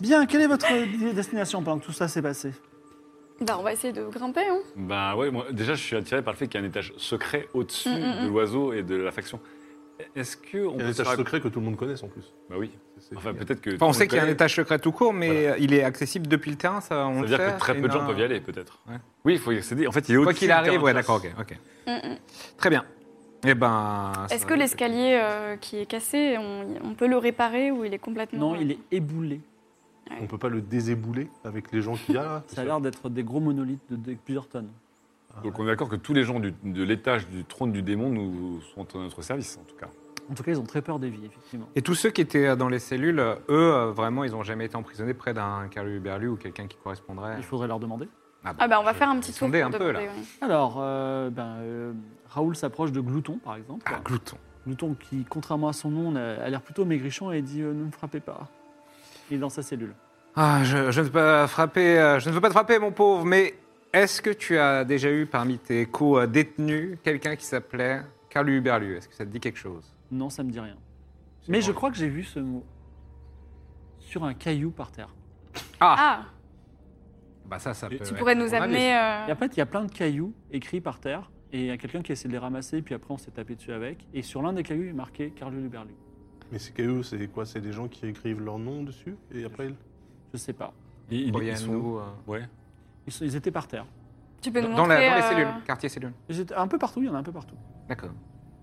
Bien, quelle est votre destination pendant que tout ça s'est passé Bah, on va essayer de grimper, hein. Bah ouais, moi, déjà, je suis attiré par le fait qu'il y a un étage secret au-dessus Mm, de l'oiseau et de la faction. Est-ce que on Il y a peut un se étage raconter- secret que tout le monde connaisse en plus. Bah oui. C'est- Enfin, c'est- peut-être que. Enfin, on sait qu'il y a un connaît. étage secret tout court, mais euh, il est accessible depuis le terrain, ça on Ça le veut dire sait, que très et peu de gens non- peuvent y aller, peut-être. Ouais. Oui, il faut y accéder. En fait, il est au-dessus. Quoi qu'il du arrive, terrain ouais, de chasse. d'accord, ok. ok. Mm, mm. Très bien. Eh ben. ça Est-ce va que mieux. l'escalier euh, qui est cassé, on, on peut le réparer ou il est complètement. euh Non, il est éboulé. On peut pas le désébouler avec les gens qu'il y a là Ça a l'air d'être des gros monolithes de, de plusieurs tonnes. Donc, on est d'accord que tous les gens du- de l'étage du trône du démon nous sont à notre service, en tout cas. En tout cas, ils ont très peur des vies, effectivement. Et tous ceux qui étaient euh, dans les cellules, euh, eux, euh, vraiment, ils n'ont jamais été emprisonnés près d'un Carlu Berlu ou quelqu'un qui correspondrait. Il faudrait leur demander. Ah, bah, on va faire un petit tour. Sondez pour un peu, là. demander, ouais. Alors, euh, ben, euh, Raoul s'approche de Glouton, par exemple. Ah, glouton. Glouton qui, contrairement à son nom, n'a- a l'air plutôt maigrichon et dit euh, Ne me frappez pas ». Il est dans sa cellule. Ah, je, je ne veux pas frapper, euh, je ne veux pas te frapper, mon pauvre, mais est-ce que tu as déjà eu parmi tes co-détenus quelqu'un qui s'appelait Carlu Berlu Est-ce que ça te dit quelque chose Non, ça me dit rien. C'est Mais bon. je crois que j'ai vu ce mot sur un caillou par terre. Ah, Ah, Bah ça, ça peut. tu être pourrais nous mon avis. amener. euh, Et en fait, il y a plein de cailloux écrits par terre, et il y a quelqu'un qui a essayé de les ramasser, puis après on s'est tapé dessus avec. Et sur l'un des cailloux, il est marqué Carlo Luberlu. Mais c'est KO, c'est quoi C'est des gens qui écrivent leur nom dessus et après ils... Je sais pas. Ils, ils- Il ils y a un sont où nouveau, euh, Ouais. Ils, sont- ils étaient par terre. Tu peux nous Dans, la- montrer, dans les euh, cellules, quartier cellule. Ils étaient un peu partout, il y en a un peu partout. D'accord.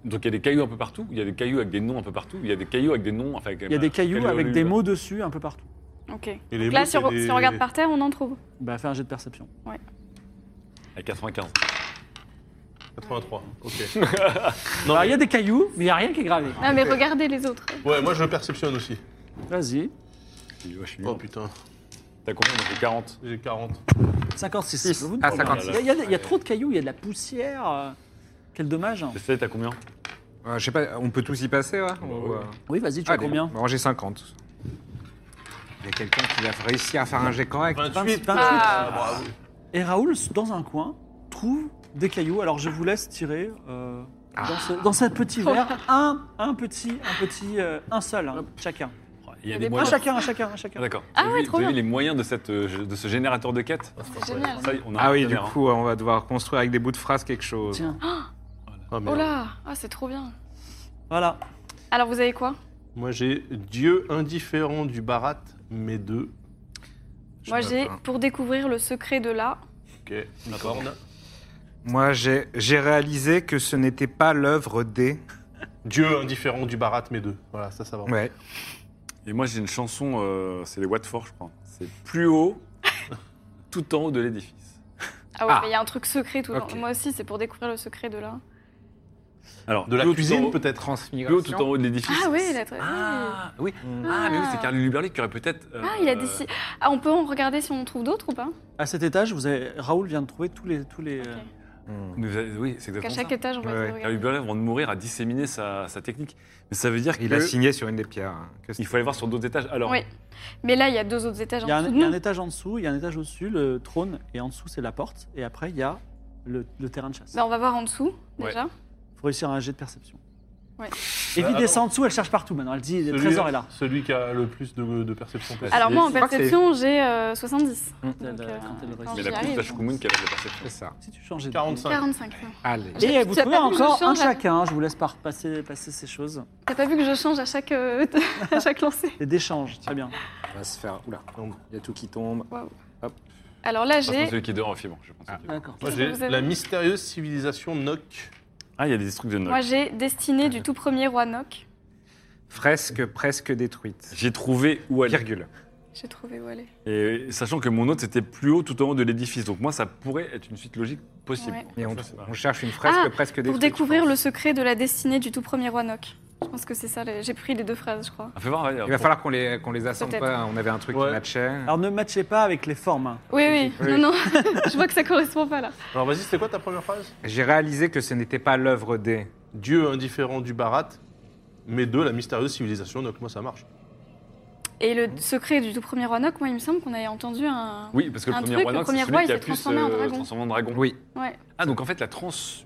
Donc, il y a des cailloux un peu partout. Il y a des cailloux avec des noms un peu partout. Il y a des cailloux avec des noms. Enfin, Il y a des cailloux avec des mots dessus, un peu partout. Ok. Et les Donc là, mots, si c'est on, des- si on regarde par terre, on en trouve. Bah, fais un jet de perception. À 95. Oh, 83, ok. Alors, il y a des cailloux, mais il n'y a rien qui est gravé. Ah, Non, mais regardez les autres. Ouais, moi je perceptionne aussi. Vas-y. Ouais, je suis Oh nul. putain, T'as combien Moi, j'ai 40. j'ai 40. 56. Vous- Ah, Il y a- 56. il y, a, il y a trop de cailloux, il y a de la poussière. euh, Quel dommage. hein. Estelle, t'as combien Euh, je sais pas, on peut tous y passer, ouais, ou, euh, Oui, vas-y, tu as allez, combien Moi, j'ai 50. Il y a quelqu'un qui va réussir à faire un jet correct. 28 20, Ah. Et Raoul, dans un coin, trouve des cailloux. Alors je vous laisse tirer euh, dans, ce, Ah. dans ce petit verre un, un petit, un petit, euh, un seul, hein, chacun. Il y a des des Un moyens. chacun, un chacun, un Ah, Ah, chacun. D'accord. Ah Vous avez ouais, vu- trop vous avez bien. vu les moyens de, cette, euh, de ce générateur de quêtes C'est génial. Ça, on a un Ah oui, du partenaire, hein. coup, on va devoir construire avec des bouts de phrase quelque chose. Tiens, Ah, merde. Oh là, ah, c'est trop bien. voilà. Alors, vous avez quoi Moi j'ai Dieu indifférent du Barat, mais deux. Je Moi, note, j'ai hein. pour découvrir le secret de là. Ok, une corne. Moi, j'ai j'ai réalisé que ce n'était pas l'œuvre des. Dieu indifférent du Barat, mais deux. Voilà, ça ça va. Ouais. Et moi, j'ai une chanson, euh, c'est les Watford, je crois. C'est plus haut, tout en haut de l'édifice. Ah ouais, Ah. mais il y a un truc secret tout le Ok. temps. Moi aussi, c'est pour découvrir le secret de là. Alors, De la plus haut, tout en cuisine haut- peut-être Plus haut, Transmigration. tout en haut de l'édifice. Ah oui, la tra- Ah, oui. Mm. Ah, mais oui, c'est Carl Luberli qui aurait peut-être. euh, Ah, il a dit si. Ah, on peut en regarder si on en trouve d'autres ou pas À cet étage, vous avez... Raoul vient de trouver tous les, tous les. euh, Mm. Mais vous avez- oui, c'est Qu'à exactement ça. chaque étage, on va Ouais, essayer ouais. de Carl regarder. Luberli, avant de mourir, a disséminé sa, sa technique. Mais ça veut dire Il que- a signé sur une des pierres. hein. Que Il faut aller voir sur d'autres étages. Alors, Oui. Mais là, il y a deux autres étages Il y, a en un, dessous il y de a un nous. étage en dessous, il y a un étage au-dessus, le trône, et en dessous c'est la porte, et après il y a le, le terrain de chasse. Bah, on va voir en dessous, Ouais. déjà. Faut réussir un jet de perception. Ouais. Evie Bah, Ah, descend en dessous, elle cherche partout maintenant. Elle dit le Celui- trésor est là. Celui qui a le plus de, de perception possible. Alors, moi, en Je crois que c'est- perception, j'ai euh, 70. Elle, Donc, elle, euh, quand elle attends, réussit. Mais j'y la plus arrive. tâche commune qui avait la c'est perception. ça. Si tu changes de 45. 45. Allez. Et J'ai- vous j'ai trouvez pas vu que je encore un change, là. chacun, hein, je vous laisse par- passer, passer ces choses. T'as pas vu que je change à chaque, euh, à chaque lancer Et d'échanges, très bien. On va se faire. Oula, il y a tout qui tombe. Alors là, Je pense que j'ai. celui qui est dehors, c'est bon. Je pense que c'est bon. D'accord. Moi Qu'est-ce j'ai que vous avez la mystérieuse civilisation Nok. Ah, il y a des trucs de Moi, Noël. j'ai Destinée du tout premier roi Noc. Fresque presque détruite. J'ai trouvé où aller. Virgule. J'ai trouvé où aller. Et sachant que mon autre, c'était plus haut tout en haut de l'édifice. Donc moi, ça pourrait être une suite logique possible. Ouais. Et on, Ça, c'est pas on cherche une fresque Ah, presque Pour détruite, découvrir je le pense. secret de la destinée du tout premier roi Nock. Je pense que c'est ça. les- J'ai pris les deux phrases, je crois. Ah, fais voir, regarde. Il va falloir qu'on les, qu'on les assemble Peut-être. pas. On avait un truc Ouais. qui matchait. Alors ne matchez pas avec les formes. Oui, oui. Oui. Non, non. je vois que ça correspond pas là. Alors vas-y, c'était quoi ta première phrase J'ai réalisé que ce n'était pas l'œuvre des. Dieu indifférent du Barat, mais de la mystérieuse civilisation. Donc moi, ça marche. Et le secret du tout premier roi Nock, moi, il me semble qu'on avait entendu un. Oui, parce que le Un premier truc, roi, le Nox, premier c'est celui roi, il qui a s'est pu se transformé en dragon. transformer en dragon. Oui, Ouais. Ah, donc en fait, la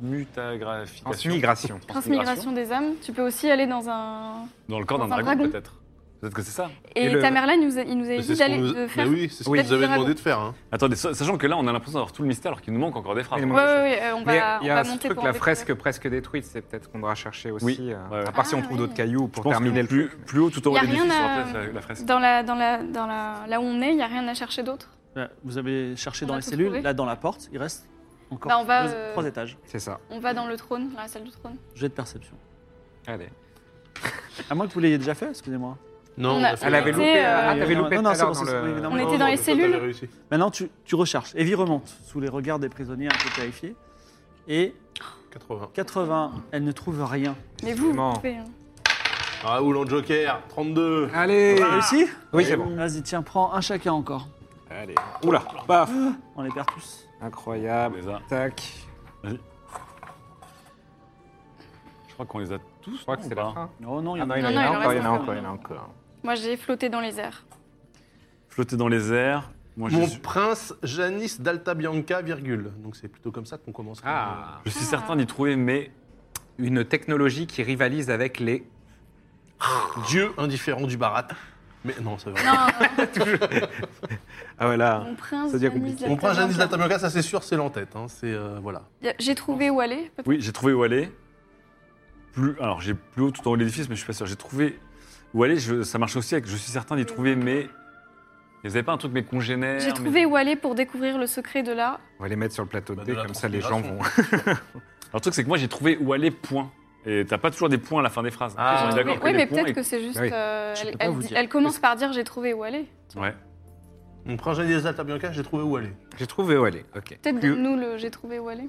transmutagrification. transmigration. Transmigration des âmes. Tu peux aussi aller dans un. Dans le corps d'un Dans un dragon, dragon. peut-être. Peut-être que c'est ça. Et, Et le- Bah, Tamerlan, il nous, a- il nous avait Mais dit c'est ce qu'on d'aller nous- de faire. Mais oui, c'est ce Oui. qu'on nous avait Dragon. demandé de faire. hein. Attendez, sa- sachant que là, on a l'impression d'avoir tout le mystère alors qu'il nous manque encore des phrases. Il Ouais, manque- ouais, ouais, euh, on Mais va, il y on a va ce monter truc, pour en la découvrir. fresque presque détruite, c'est peut-être qu'on devra chercher aussi. Oui, euh, ouais, ouais. À part si on Ah, trouve oui. d'autres cailloux pour Je pense terminer que le plus, plus haut tout en haut Y a de l'édifice, rien on à- rappelle la, la fresque. Dans la, dans la, dans la, là où on est, il n'y a rien à chercher d'autre. Là, Bah, Vous avez cherché On dans a les tout cellules, trouvé. là dans la porte, il reste encore Bah, on va, deux- euh, trois étages. C'est ça. On va dans le trône, dans la salle du trône. Jet de perception. Allez. À moins que vous l'ayez déjà fait, excusez-moi. Non, On on a- a fait Elle la- avait C'est, loupé. euh, ah, t'avais non, loupé non, tout à c'est l'heure bon, dans c'est- oui, le. évidemment. On Non, était non, dans les toi, cellules. t'avais réussi. Maintenant, tu, tu recherches. Evie remonte sous les regards des prisonniers un peu terrifiés. Et 80. 80, elle ne trouve rien. Mais vous, vous Effectivement. pouvez, hein. Ah, ou l'an Joker, 32. Allez. T'as réussi ah. Oui, c'est bon. Vas-y, tiens, prends un chacun encore. Allez. Oula. Paf. On les perd tous. On Incroyable. les a- Tac. Je crois qu'on les a tous. Je crois que c'est la fin. Oh non, il y en Ah a. non, il y en Non, a non, il encore, il y en a reste encore, il y en a encore. Moi, j'ai flotté dans les airs. Flotter dans les airs. Moi, je, Mon suis, prince Janis d'Alta Bianca, virgule. Donc c'est plutôt comme ça qu'on commence. Ah. je suis certain d'y trouver, mais Une technologie qui rivalise avec les. Dieu indifférent du Barat. Mais non, ça va. Non, euh, Ah voilà. mon prince. Ça devient Janis compliqué. Mon prince Janis d'Altamont. d'Alta Bianca, ça c'est sûr, c'est l'entête. Hein. C'est euh, voilà. Y a- J'ai trouvé où aller. peut-être oui, j'ai trouvé où aller. Plus, alors, j'ai plus haut tout en haut de l'édifice, mais je suis pas sûr. J'ai trouvé où aller. je- ça marche aussi avec. Je suis certain d'y trouver, mais vous avez pas un truc mes congénères J'ai mes- trouvé où aller pour découvrir le secret de là. On va les mettre sur le plateau de Bah, dés, de la comme ça les gens vont. Alors, le truc, c'est que moi, j'ai trouvé où aller. Point. Et t'as pas toujours des points à la fin des phrases. Ah. On est J'ai d'accord oui, que mais les points, peut-être et- que c'est juste. Oui. euh, Je peux elle, pas elle vous dit- dire. elle commence par dire j'ai trouvé où aller. Ouais. Mon prince Janis d'Alta Bianca, j'ai trouvé où aller. J'ai trouvé où aller. Ok. Peut-être Plus- nous le j'ai trouvé où aller.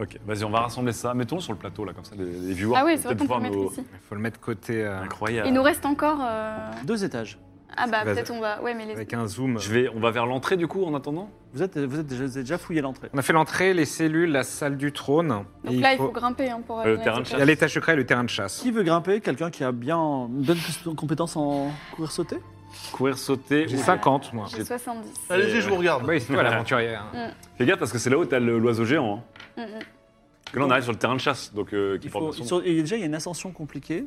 Ok, vas-y, on va rassembler ça. Mettons-le sur le plateau, là, comme ça, les, les viewers. Ah oui, peuvent c'est vrai qu'on peut-être peut voir le mettre nos- Euh, ici. Il faut le mettre côté euh, Incroyable. Il nous reste encore. euh, Deux étages. Ah bah Vas-y. peut-être on va. Ouais, mais les. avec un zoom. Je vais, on va vers l'entrée, du coup, en attendant Vous êtes, vous êtes déjà, vous avez déjà fouillé l'entrée. On a fait l'entrée, les cellules, la salle du trône. Donc Et là, il faut grimper hein, Euh, pour. aller le dans terrain les de Il étages. y a l'étage secret et le terrain de chasse. Qui veut grimper Quelqu'un qui a bien une bonne cons- compétence en courir sauter Courir, sauter. J'ai ou- 50, moi. J'ai 70. Allez-y, je vous Ah regarde. bah oui, c'est toi l'aventurière. Fais gaffe, parce que c'est là où t'as le- l'oiseau géant. Mm, hein. mm. Parce que là, on arrive sur le terrain de chasse, donc euh, qui il porte faut, bien son il sur- et déjà, il y a une ascension compliquée.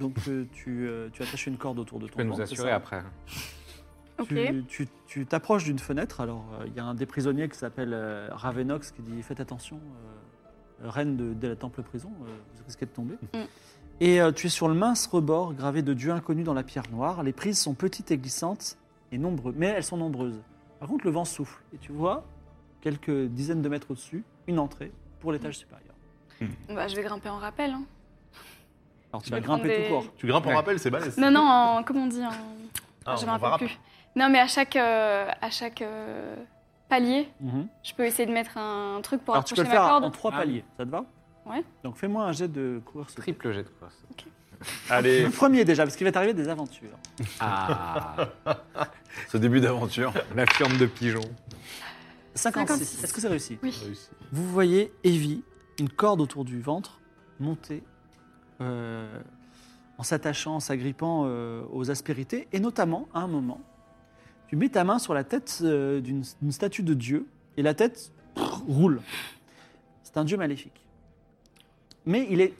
Donc euh, tu, euh, tu attaches une corde autour de ton Tu peux nous ventre, c'est assurer ça après. Ok. Tu- Tu tu t'approches d'une fenêtre, alors euh, il y a un des prisonniers qui s'appelle euh, Ravenox qui dit Faites attention, euh, reine de, de la temple prison, euh, vous risquez de tomber. Mm. Et euh, tu es sur le mince rebord gravé de dieux inconnus dans la pierre noire. Les prises sont petites et glissantes, et nombreuses, mais elles sont nombreuses. Par contre, le vent souffle, et tu vois, quelques dizaines de mètres au-dessus, une entrée pour l'étage Mm. supérieur. Bah, je vais grimper en rappel. hein. Alors tu Je vas vais prendre grimper des- tout court. Tu grimpes en Ouais. rappel, c'est balèze. Non, non, en- comment on dit en... Ah, Je on me va rappelle plus. Non, mais à chaque, euh, à chaque euh, palier, je peux essayer de mettre un truc pour Alors tu peux le accrocher faire ma hein. corde. en trois Ah. paliers, ça te va Ouais. Donc fais-moi un jet de courir sauter. Triple jet de quoi Allez, Le premier déjà, parce qu'il va t'arriver des aventures. Ah ce début d'aventure. La firme de pigeons. 56. 56. Est-ce que c'est réussi Réussi. Vous voyez Evie, une corde autour du ventre, monter euh, en s'attachant, en s'agrippant euh, aux aspérités, et notamment, à un moment, tu mets ta main sur la tête euh, d'une d'une statue de Dieu, et la tête prrr, roule. C'est un Dieu maléfique. Mais il est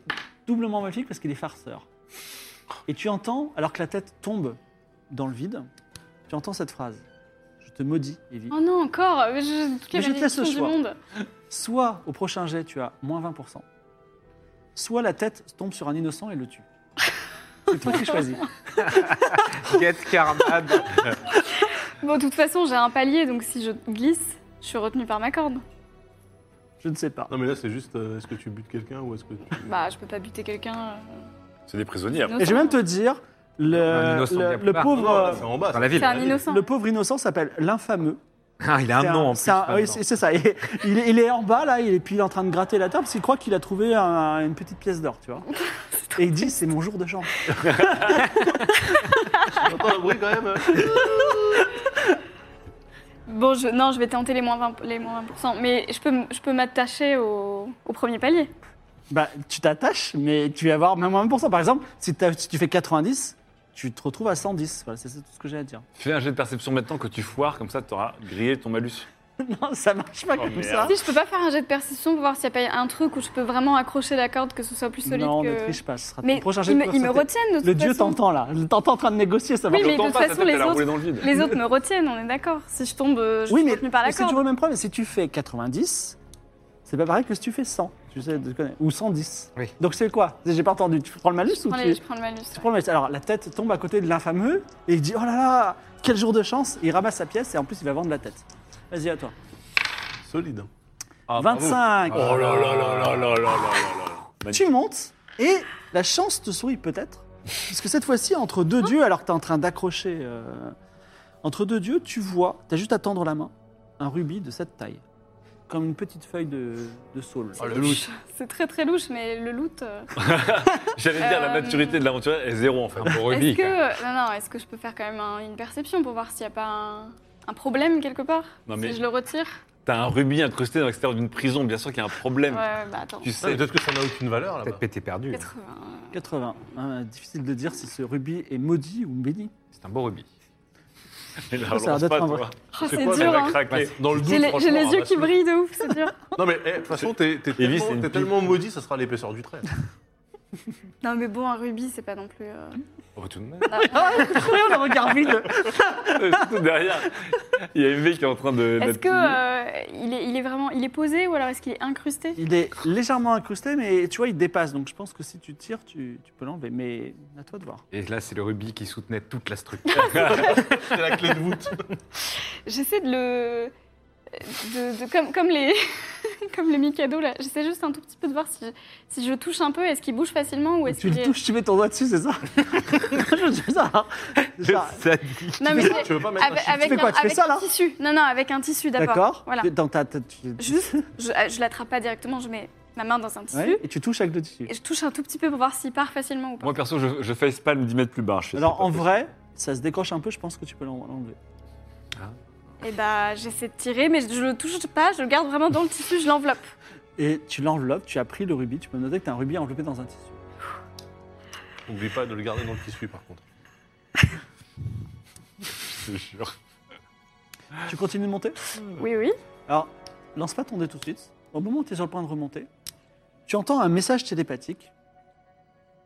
doublement maléfique parce qu'il est farceur. Et tu entends, alors que la tête tombe dans le vide, tu entends cette phrase. Je te maudis, Evie. Oh non, encore mais je, Toutes les Mais je te laisse le malédictions du choix. monde. Soit au prochain jet, tu as moins 20%, soit la tête tombe sur un innocent et le tue. C'est toi qui choisis. Get Carnade. Bon, de toute façon, j'ai un palier, donc si je glisse, je suis retenue par ma corde. Je ne sais pas. Non, mais là, c'est juste euh, est-ce que tu butes quelqu'un ou est-ce que tu. Bah, je peux pas buter quelqu'un. euh, C'est des prisonniers, après. Et je vais innocent. même te dire, Un Le, innocent le- bien plus le bas. pauvre, Non, là, euh, c'est en bas. Dans la ville. C'est un innocent. le pauvre innocent s'appelle l'infameux. Ah, il a C'est un nom en plus. c'est un- oui, maintenant. c'est c'est ça. Et- il, est, il est en bas, là, il est, puis il est en train de gratter la table parce qu'il croit qu'il a trouvé un- une petite pièce d'or, tu vois. Et il dit, c'est mon jour de chance. J'entends le bruit quand même. hein. Bon, je, non, je vais tenter les moins 20%, les moins 20% mais je peux, m- je peux m'attacher au, au premier palier. Bah, tu t'attaches, mais tu vas avoir même 1%. Par exemple, si, t'as- si tu fais 90, tu te retrouves à 110. Voilà, c'est c'est tout ce que j'ai à dire. Fais un jet de perception maintenant que tu foires, comme ça tu auras grillé ton malus. Non, ça marche pas Oh, comme merde. ça. Si, je peux pas faire un jet de perception pour voir s'il n'y a pas un truc où je peux vraiment accrocher la corde, que ce soit plus solide non, que... ne triche pas. Ce sera ton mais prochain jet ils de me, ils me perception. retiennent de toute Le dieu façon. t'entend là. Il t'entend en train de négocier, ça marche Oui, mais T'entends de pas, toute sa façon, tête, les elle a roulé autres- dans le vide. Les autres me retiennent, on est d'accord. Si je tombe, euh, je Oui, suis mais retenue par la c'est corde. toujours le même problème. Si tu fais 90, c'est pas pareil que si tu fais 100. Tu sais, tu connais. ou 110. Oui. Donc c'est quoi J'ai pas entendu. Tu prends le malus ou Je prends, tu... les- je prends le malus. tu prends le malus Alors la tête tombe à côté de l'infameux et il dit Oh là là, quel jour de chance Il ramasse sa pièce et en plus il va vendre la tête. Vas-y, à toi. Solide. Ah, 25 Oh là là là là là là là là. Tu montes et la chance te sourit peut-être. Parce que cette fois-ci, entre deux dieux, alors que tu es en train d'accrocher, euh, entre deux dieux, tu vois, tu as juste à tendre la main, un rubis de cette taille. Comme une petite feuille de, de saule. Oh, le loot. C'est très très louche, mais le loot. euh, J'allais dire la Euh, maturité de l'aventurier est zéro en fait. Un beau Est-ce rubis. quand même. que. Non, non, est-ce que je peux faire quand même un- une perception pour voir s'il n'y a pas un, un problème quelque part Non, mais- Si je le retire T'as un rubis incrusté dans l'extérieur d'une prison, bien sûr qu'il y a un Ouais, problème. ouais, bah attends. Tu Non, Ah, mais sais. Peut-être que ça n'a aucune valeur là-bas. Peut-être pété perdu. 80. euh, 80. Hein, difficile de dire si ce rubis est maudit ou béni. C'est un beau rubis. Il la Ça a l'air relance d'être pas, un toi. vrai. Oh, C'est c'est quoi, dur, Elle va hein. craquer. Dans le doute, J'ai les, j'ai les franchement, yeux qui ramasse-le. brillent de ouf, c'est dur. Non mais eh, de toute façon, t'es t'es Lévi, c'est tellement, une t'es pipe. tellement maudit, ça sera l'épaisseur du trait. Non, mais bon, un rubis, c'est pas non plus. euh, Oh, tout de même. le regard vide. Tout derrière, il y a une mec qui est en train de. Est-ce que euh, il, est, il est vraiment. Il est posé ou alors est-ce qu'il est incrusté Il est légèrement incrusté, mais tu vois, il dépasse. Donc je pense que si tu tires, tu, tu peux l'enlever. Mais à toi de voir. Et là, c'est le rubis qui soutenait toute la structure. C'est la clé de voûte. J'essaie de le. De, de- comme, comme les. comme les Mikado, là. J'essaie juste un tout petit peu de voir si je, si je touche un peu, est-ce qu'il bouge facilement ou est-ce Tu qu'il le est. touches, tu mets ton doigt dessus, c'est ça Je fais ça. Genre, Non, mais Tu veux pas mettre avec, un avec fais quoi, un, tu fais avec ça, un là tissu. Non, non, avec un tissu d'abord. D'accord Voilà. Dans ta tête, tu- Juste, je, euh, je l'attrape pas directement, je mets ma main dans un tissu Ouais, et tu touches avec le tissu. et je touche un tout petit peu pour voir s'il part facilement ou pas. Moi perso, je, je facepalm 10 mètres plus bas. Je fais, c'est Alors pas en possible. vrai, ça se décroche un peu, je pense que tu peux l'en- l'enlever. Et bah, j'essaie de tirer, mais je, je le touche pas, je le garde vraiment dans le tissu, je l'enveloppe. Et tu l'enveloppes, tu as pris le rubis, tu peux noter que tu as un rubis enveloppé dans un tissu. tissu N'oublie pas de le garder dans le tissu par contre. Je te jure. Tu continues de monter Oui, oui. Alors, lance pas ton dé tout de suite. Au moment où tu es sur le point de remonter, tu entends un message télépathique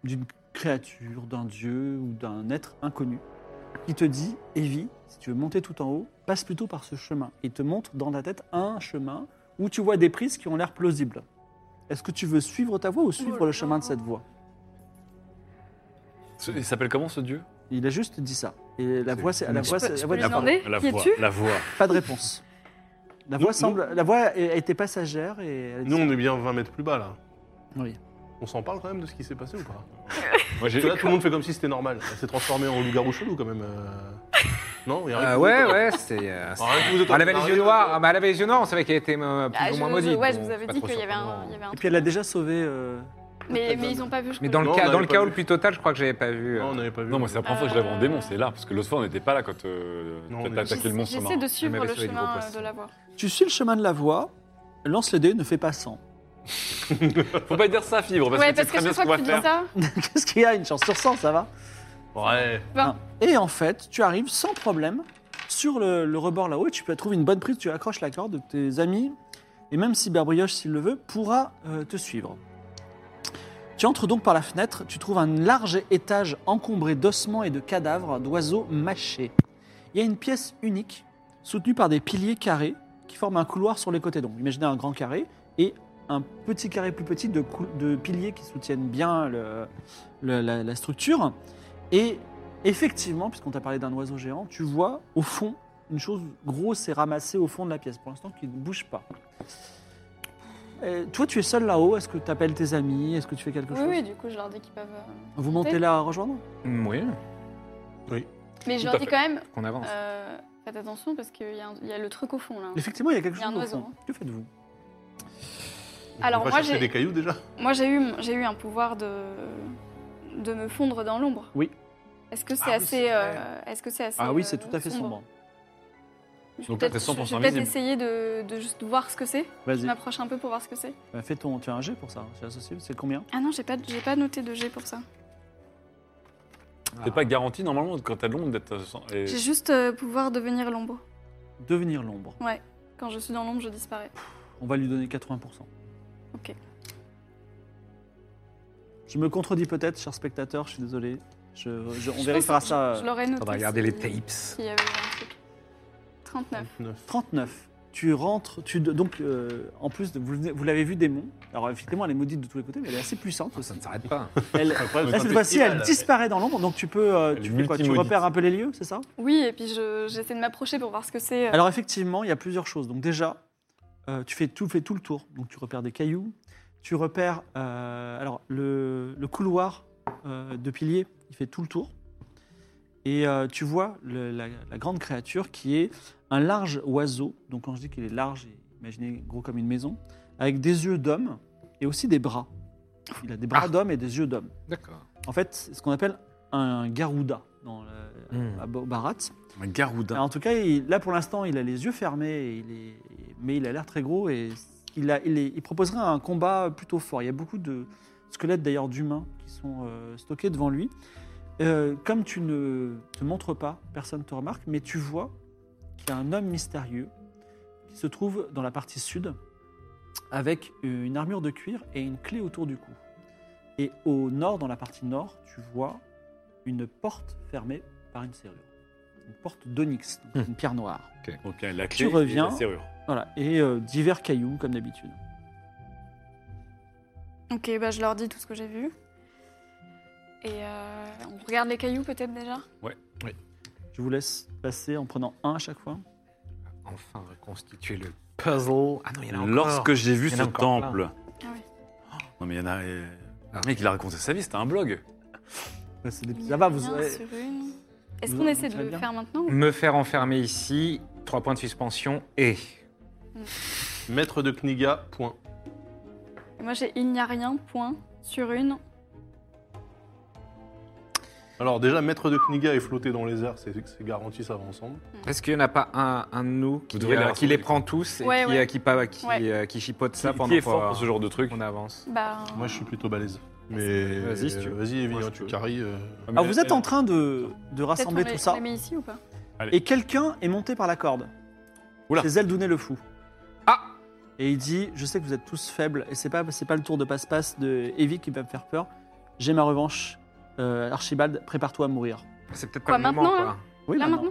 d'une créature, d'un dieu ou d'un être inconnu qui te dit Evie, si tu veux monter tout en haut, passe plutôt par ce chemin. Il te montre dans ta tête un chemin où tu vois des prises qui ont l'air plausibles. Est-ce que tu veux suivre ta voie ou suivre Oh le là chemin de là. cette voie Ce- Il s'appelle comment ce dieu Il a juste dit ça. Et la C'est- voix, c'est la Je voix, peux- c'est- je la peux voix lui dit- demander. Attendez, la qui voix, es-tu la voix. Pas de réponse. La Nous- voix, semble, la voix a a été passagère et elle a Nous, dit- on est bien 20 mètres plus bas là. Oui. On s'en parle quand même de ce qui s'est passé ou pas Moi j'ai Parce que Là, tout le monde fait comme si c'était normal. Elle s'est transformée en loup-garou chelou quand même. euh. Non Il y a rien Euh, qui vous ouais, étonne. ouais, c'est. euh, c'est- Alors, rien qui vous étonne. elle avait les Rien yeux qui- noirs. Ah, bah, elle avait les yeux noirs, on savait qu'elle était euh, plus Ah, ou je- moins je- maudite. ouais, je donc vous avais c'est pas dit trop qu'il y avait un, surprenant. il y avait un Et truc. puis elle a déjà sauvé. euh, Mais, mais donne. ils ont pas vu. je Mais dans Non, le, on cas, n'avait dans le pas chaos vu. le plus total, je crois que j'avais pas vu. euh, Non, on n'avait pas vu. Non, moi c'est la première fois que je l'avais en démon, c'est là, parce que l'autre fois on n'était pas là quand euh, Non, t'as on est- attaqué le monstre J'essaie marin. de Mais suivre avec le celui du chemin gros euh, poisson. de la voie. Tu suis le chemin de la voie, lance les dés, ne fais pas 100. Faut pas dire ça, fibre, parce Ouais, que parce c'est que très bien chaque ce qu'on fois va que tu dis faire. ça, Qu'est-ce qu'il y a Une chance sur 100, ça va Ouais. Vingt. Et en fait, tu arrives sans problème sur le, le rebord là-haut et tu peux trouver une bonne prise, tu accroches la corde, tes amis, et même Cyberbrioche, s'il le veut, pourra euh, te suivre. Tu entres donc par la fenêtre, tu trouves un large étage encombré d'ossements et de cadavres d'oiseaux mâchés. Il y a une pièce unique, soutenue par des piliers carrés, qui forment un couloir sur les côtés. Donc imaginez un grand carré et un petit carré plus petit de, cou- de piliers qui soutiennent bien le- le- la, la structure. Et effectivement, puisqu'on t'a parlé d'un oiseau géant, tu vois au fond une chose grosse et ramassée au fond de la pièce, pour l'instant qui ne bouge pas. Euh, toi, tu es seul là-haut. Est-ce que tu appelles tes amis Est-ce que tu fais quelque Oui, chose oui, du coup, je leur dis qu'ils peuvent. euh, Vous montez là à rejoindre Mm, Oui. Mais je Tout leur à dis fait. quand même, Qu'on avance. euh, faites attention parce qu'il y, a un- il y a le truc au fond là. Effectivement, il y a quelque Il y a chose un au oiseau, fond. hein. Que faites-vous On Alors, va moi, chercher j'ai- des cailloux déjà. Moi j'ai eu, mon- j'ai eu un pouvoir de, de me fondre dans l'ombre. Oui. Est-ce que c'est Ah oui, assez, c'est vrai. euh, est-ce que c'est assez. Ah oui, c'est euh, tout à fait sombre. Je vais Donc là, peut-être t'es 100% je vais peut-être visible. essayer de, de juste voir ce que c'est. Je Vas-y, m'approche un peu pour voir ce que c'est. Bah, fais ton. Tu as un jet pour ça, c'est associé. C'est combien Ah non, j'ai pas, j'ai pas noté de G pour ça. T'es pas garanti normalement quand t'as l'ombre d'être. euh, sans- et- J'ai juste euh, pouvoir devenir l'ombre. Devenir l'ombre. Quand je suis dans l'ombre, je disparais. On va lui donner 80%. Ok. Je me contredis peut-être, cher spectateur, je suis désolé. Je, je- on Je vérifiera pense- ça. Je euh, l'aurais noté. On va regarder les si- tapes. s'il y avait un truc. 39. 39. 39. Tu rentres, tu donc euh, en plus de- vous, vous l'avez vu démon. Alors effectivement elle est maudite de tous les côtés, mais elle est assez puissante Ah, Ça aussi. ne s'arrête pas. Elle- Après, là, c'est cette un fois-ci festival, elle là. disparaît dans l'ombre, donc tu peux, euh, Elle tu est fais quoi Tu multi-maudite. repères un peu les lieux, c'est ça Oui, et puis je- j'ai essayé de m'approcher pour voir ce que c'est. euh. Alors effectivement, il y a plusieurs choses. Donc déjà, euh, tu fais tout, fais tout le tour. Donc tu repères des cailloux, tu repères euh, alors le, le couloir euh, de piliers, il fait tout le tour. Et euh, tu vois le- la, la grande créature qui est un large oiseau. Donc quand je dis qu'il est large, imaginez gros comme une maison, avec des yeux d'homme et aussi des bras. Il a des bras d'homme et des yeux d'homme. D'accord. En fait, c'est ce qu'on appelle un garouda dans le, Hmm. à Bo- Bharat. Un garoudin. Alors, en tout cas, il- là pour l'instant, il a les yeux fermés, et il est- mais il a l'air très gros et il, a- il est- il proposerait un combat plutôt fort. Il y a beaucoup de squelettes d'ailleurs d'humains qui sont euh, stockés devant lui. Euh, comme tu ne te montres pas, personne ne te remarque, mais tu vois qu'il y a un homme mystérieux qui se trouve dans la partie sud avec une armure de cuir et une clé autour du cou. Et au nord, dans la partie nord, tu vois une porte fermée par une serrure. Une porte d'onyx, donc une pierre noire. Donc il y a la clé Tu et reviens. la serrure. Voilà, et euh, divers cailloux comme d'habitude. Ok, bah je leur dis tout ce que j'ai vu. Et euh, on regarde les cailloux peut-être déjà Je vous laisse passer en prenant un à chaque fois. Enfin reconstituer le puzzle. Ah non, il y en a encore. Lorsque j'ai vu Il y en ce a encore plein. temple. Ah oui. Non mais il y en a. euh, Ah. Le mec il a raconté sa vie, c'était un blog. Ouais, c'est des petits- Il y Ça a va, vous. rien ouais. sur une. Est-ce vous- qu'on vous essaie de allez le bien faire maintenant Mm. ou- Me faire enfermer ici, trois points de suspension et. Maître de Kniga, point. Et Moi j'ai il n'y a rien, point, sur une. Alors déjà, maître de Kniga est flotté dans les airs, c'est c'est garanti, ça va ensemble. Est-ce qu'il n'y en a pas un, un de nous qui, Vous devriez euh, les qui les rassembler. prend tous et Ouais, qui, ouais. euh, qui, pa- qui, Ouais. euh, qui chipote ça Qui- pendant qui est qu'on- fort pour ce genre de truc qu'on avance Bah. Moi, je suis plutôt balèze. Mais Vas-y, si tu veux. Vas-y, Evie, Moi, je hein, tu peux. carries. euh, Ah, Ah, Alors, vous êtes en train de, de peut-être rassembler on les- tout ça, On les met ici ou pas et quelqu'un est monté par la corde. Oula. C'est Zeldounet le fou. Ah Et il dit Je sais que vous êtes tous faibles, et c'est pas, c'est pas le tour de passe-passe de Evie qui va me faire peur. J'ai ma revanche. Euh, Archibald, prépare-toi à mourir. C'est peut-être Quoi, pas le moment maintenant, hein? quoi. Oui, Là maintenant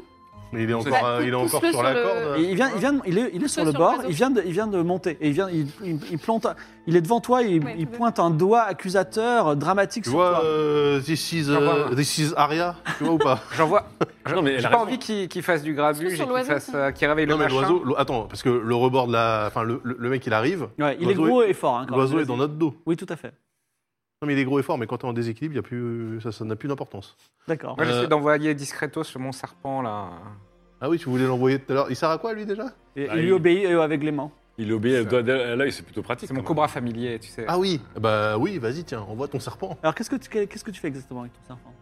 Mais il est encore, Bah, euh, il est pousse-le encore sur sur la le- corde. Et il vient, il vient, il est, il est sur Ceux le sur bord. le réseau. Il vient, de, il vient de monter. Et il vient, il, il- il plante, il est devant toi et il, Ouais, il tout pointe un doigt accusateur, euh, dramatique Tu sur vois, toi. euh, this, is, Au euh, revoir. this is Aria, tu vois ou pas J'en vois. Ah Non, mais J'ai elle a pas raison. envie qu'il qu'il fasse du Est-ce que grabuge sur et qu'il l'oiseau, fasse, ça- euh, qu'il réveille le Non, mais machin. l'oiseau, l'o- attends, parce que le rebord de la. Enfin, le, le- le mec, il arrive, Ouais, il est l'oiseau gros est- et fort. hein, quand l'oiseau même. est dans notre dos. Oui, tout à fait. Non, mais il est gros et fort, mais quand t'es en déséquilibre, il y a plus... ça ça n'a plus d'importance. D'accord. Moi, j'essaie Euh, d'envoyer discreto sur mon serpent là. Ah oui, tu voulais l'envoyer tout à l'heure. Il sert à quoi, lui, déjà Et Bah, il lui il- obéit euh, avec les mains. Il obéit à l'œil, à l'œil, c'est plutôt pratique. hein. C'est mon quand même. cobra familier, tu sais. Ah oui Bah oui, vas-y, tiens, envoie ton serpent. Alors qu'est-ce que tu, qu'est-ce que tu fais exactement avec ton serpent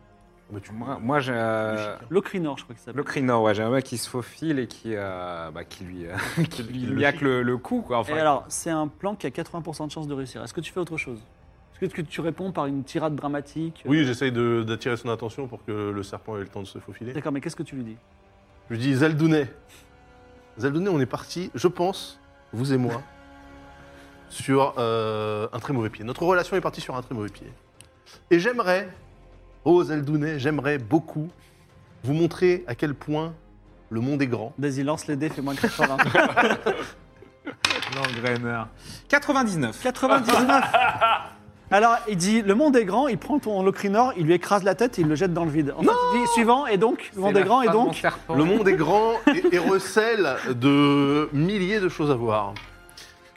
Bah, tu- Moi, moi j'ai. euh, L'ocrinor, je crois que ça Le s'appelle. crino, ouais, j'ai un mec qui se faufile et qui, euh, bah, qui lui, euh, qui lui le miaque le, le cou, quoi. Et Enfin, alors, c'est un plan qui a 80% de chances de réussir. Est-ce que tu fais autre chose Est-ce que tu- que tu réponds par une tirade dramatique Oui, j'essaye de- d'attirer son attention pour que le serpent ait le temps de se faufiler. D'accord, mais qu'est-ce que tu lui dis Je lui dis Zeldounet. Zeldounet, on est parti, je pense, vous et moi, sur euh, un très mauvais pied. Notre relation est partie sur un très mauvais pied. Et j'aimerais, oh Zeldounet, j'aimerais beaucoup vous montrer à quel point le monde est grand. Vas-y, lance les dés, fais moins de 80. l'engraineur. 99. 99 Alors, il dit le monde est grand, il prend ton locrinor, il lui écrase la tête, il le jette dans le vide. En fait, il dit suivant, et donc, le monde C'est est la grand, et fin de mon donc. serpent. Le monde est grand et, et recèle de milliers de choses à voir.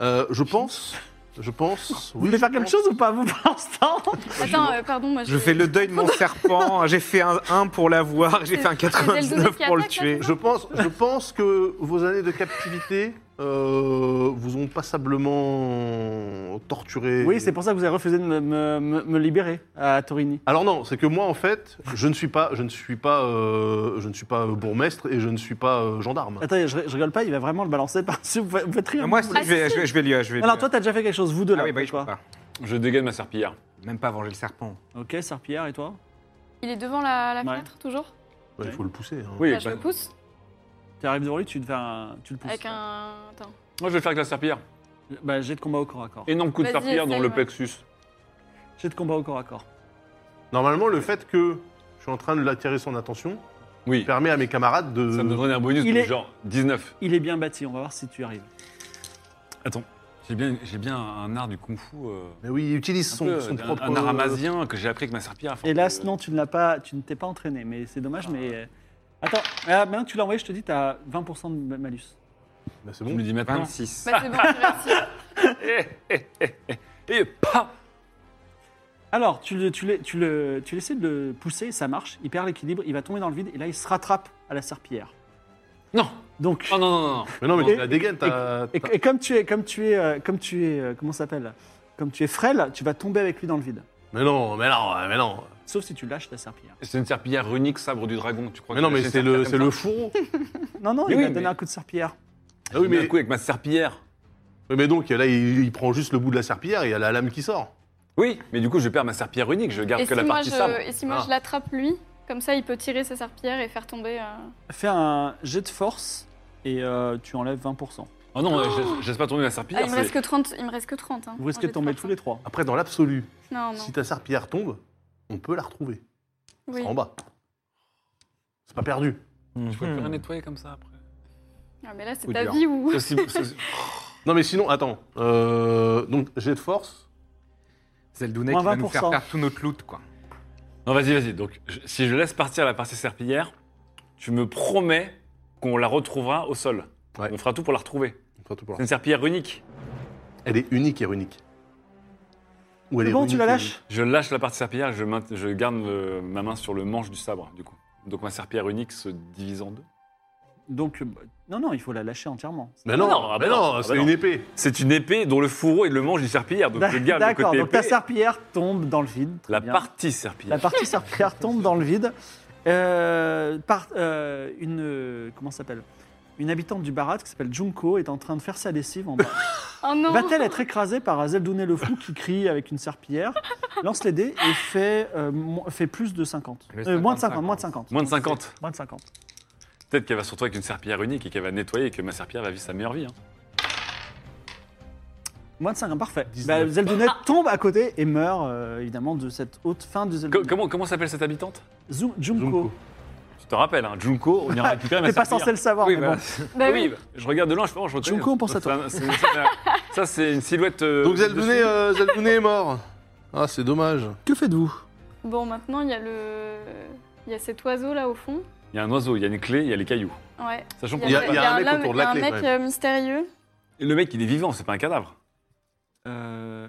Euh, je pense Je pense. Vous voulez faire quelque chose ou pas, vous, pour l'instant Attends, euh, pardon, moi Je fais le deuil de mon serpent, j'ai fait un 1 pour l'avoir, j'ai C'est- fait un c'est Zelda 99 qui pour le attaque, là, tuer. Je pense, je pense que vos années de captivité euh, vous ont passablement torturé. Oui, c'est pour ça que vous avez refusé de me, me- me- me libérer à Torini. Alors non, c'est que moi en fait, je ne suis pas, je ne suis pas, euh, je ne suis pas bourgmestre et je ne suis pas euh, gendarme. Ah, Attendez, je, je rigole pas, il va vraiment le balancer par-dessus. Vous, fa- vous faites rire. Moi, vous. je Ah, vais, je vais, je vais lui. euh, Je vais lui- Alors, toi, t'as déjà fait quelque chose, vous deux, là. ah oui, bah, faites je peux quoi pas. Je dégaine ma serpillière. Même pas venger le serpent. Ok, Serpillard, et toi Il est devant la, la Ouais. fenêtre, toujours Ouais, il faut le pousser. hein. Oui, Bah, Je bah, le pousse Tu arrives devant lui, tu, te fais un- tu le pousses. avec un... Attends. moi je vais le faire avec la serpillière. Bah, j'ai de combat au corps à corps. Énorme coup de Vas-y, serpillière dans essaye, le ouais. plexus. J'ai de combat au corps à corps. Normalement, le fait que je suis en train de l'attirer son attention Oui. permet à mes camarades de. Ça me donnerait un bonus Euh, Il de est- genre 19. Il est bien bâti, on va voir si tu y arrives. J'ai bien, j'ai bien un art du kung fu. euh, Mais oui, il utilise un son, peu, son un- propre. Un art amazien que j'ai appris avec ma serpillière. enfin, euh, Hélas, euh, non, tu ne l'as pas, tu ne t'es pas entraîné, mais c'est dommage. Mais euh, attends, ah, maintenant que tu l'as envoyé, je te dis, t'as 20% de ma- malus. Bah, c'est Je bon. me dis maintenant. 26. Bah, c'est bon, j'ai réussi. Eh, eh, eh, eh. Et paf Alors, tu le, tu le, tu le, tu essaies de le pousser, ça marche. Il perd l'équilibre, il va tomber dans le vide, et là, il se rattrape à la serpillière. Non Donc, Oh non, non, non, non. Mais non, mais tu Et- la dégaines. t'as- et, t'as- et comme tu es, comme tu es, euh, comme tu es, euh, comment ça s'appelle là Comme tu es frêle, tu vas tomber avec lui dans le vide. Mais non, mais non, mais non. Sauf si tu lâches ta serpillière. C'est une serpillière runique, sabre du dragon, tu crois Mais que non, mais j'ai c'est une le, serpillière c'est comme le ça Ah fourreau. Non, non, Mais il oui, m'a donné mais- un coup de serpillière. Ah oui, J'ai mis mais, un coup avec ma serpillière. mais donc là, il, il prend juste le bout de la serpillière et il y a la lame qui sort. Oui, mais du coup, je perds ma serpillière unique, je garde Et que si la moi, partie sabre. je, et si moi Ah. je l'attrape lui, comme ça il peut tirer sa serpillière et faire tomber. euh, Fais un jet de force et euh, tu enlèves 20%. Oh non, je je laisse pas tomber ma serpillière. Ah, il me c'est- reste que 30. Il me reste que 30. hein, Vous en risquez jet de tomber force, tous hein. les trois. Après, dans l'absolu, Oh Non, non. si ta serpillière tombe, on peut la retrouver. Oui. En bas. C'est pas perdu. Je Mhm. peux plus Hmm. rien nettoyer comme ça après. Ah, mais là, c'est Coup ta dur. vie ou. Aussi- c'est- Non, mais sinon, attends. Euh, donc, jet de force. Zeldounet Moins qui va nous 20%. faire perdre tout notre loot, quoi. Non, vas-y, vas-y. Donc, je- si je laisse partir la partie serpillière, tu me promets qu'on la retrouvera au sol. Ouais. On fera tout pour la retrouver. Enfin, tout pour C'est là. une serpillière unique. Elle est unique et unique. Ou elle C'est est bon, unique tu la et lâches Je lâche la partie serpillière, je, maint- je garde le- ma main sur le manche du sabre, du coup. Donc, ma serpillière unique se divise en deux. Donc, euh, bah, non, non, il faut la lâcher entièrement. Mais non, Ah non, ah mais bah non, non, ah c'est bah non. une épée. C'est une épée dont le fourreau est le manche du serpillière. Donc, je garde le D'accord, côté donc épée. ta serpillière tombe dans le vide. très La bien. partie La serpillière. partie serpillière tombe dans le vide. Euh, par, euh, une, euh, comment ça s'appelle Une habitante du barat qui s'appelle Junko est en train de faire sa lessive en bas. Oh non Va-t-elle être écrasée par Zeldounet le fou qui crie avec une serpillière Lance les dés et fait, euh, mo- fait plus de 50. Le Euh, moins de 50, 50. moins de 50. Moins de 50. Moins de 50. Peut-être qu'elle va se retrouver avec une serpillière unique et qu'elle va nettoyer et que ma serpillière va vivre sa meilleure vie. hein. Moins de 50, parfait. 19. Bah, Zeldounet tombe à côté et meurt euh, évidemment de cette haute fin de Co- Zeldounet. comment comment s'appelle cette habitante Zu- Junko. Junko. Tu te rappelles, hein, Junko, on ira récupérer ma T'es pas serpillière. censé le savoir, mais bon. bah, Bah oui, bah, je regarde de loin, je pense, je reconnais. Junko, on pense à Ça, c'est- ça, ça, c'est une silhouette. euh, Donc, dessus. Zeldouné euh, Zeldouné est mort. Ah, c'est dommage. Que faites-vous Bon, maintenant, il y a le. Il y a cet oiseau là au fond. Il y a un oiseau, il y a une clé, il y a les cailloux. Ouais. Sachant qu'on Il y a- il y a un mec homme- autour de la il y a clé, un quand mec euh, mystérieux. le mec, il est vivant, c'est pas un cadavre. Euh,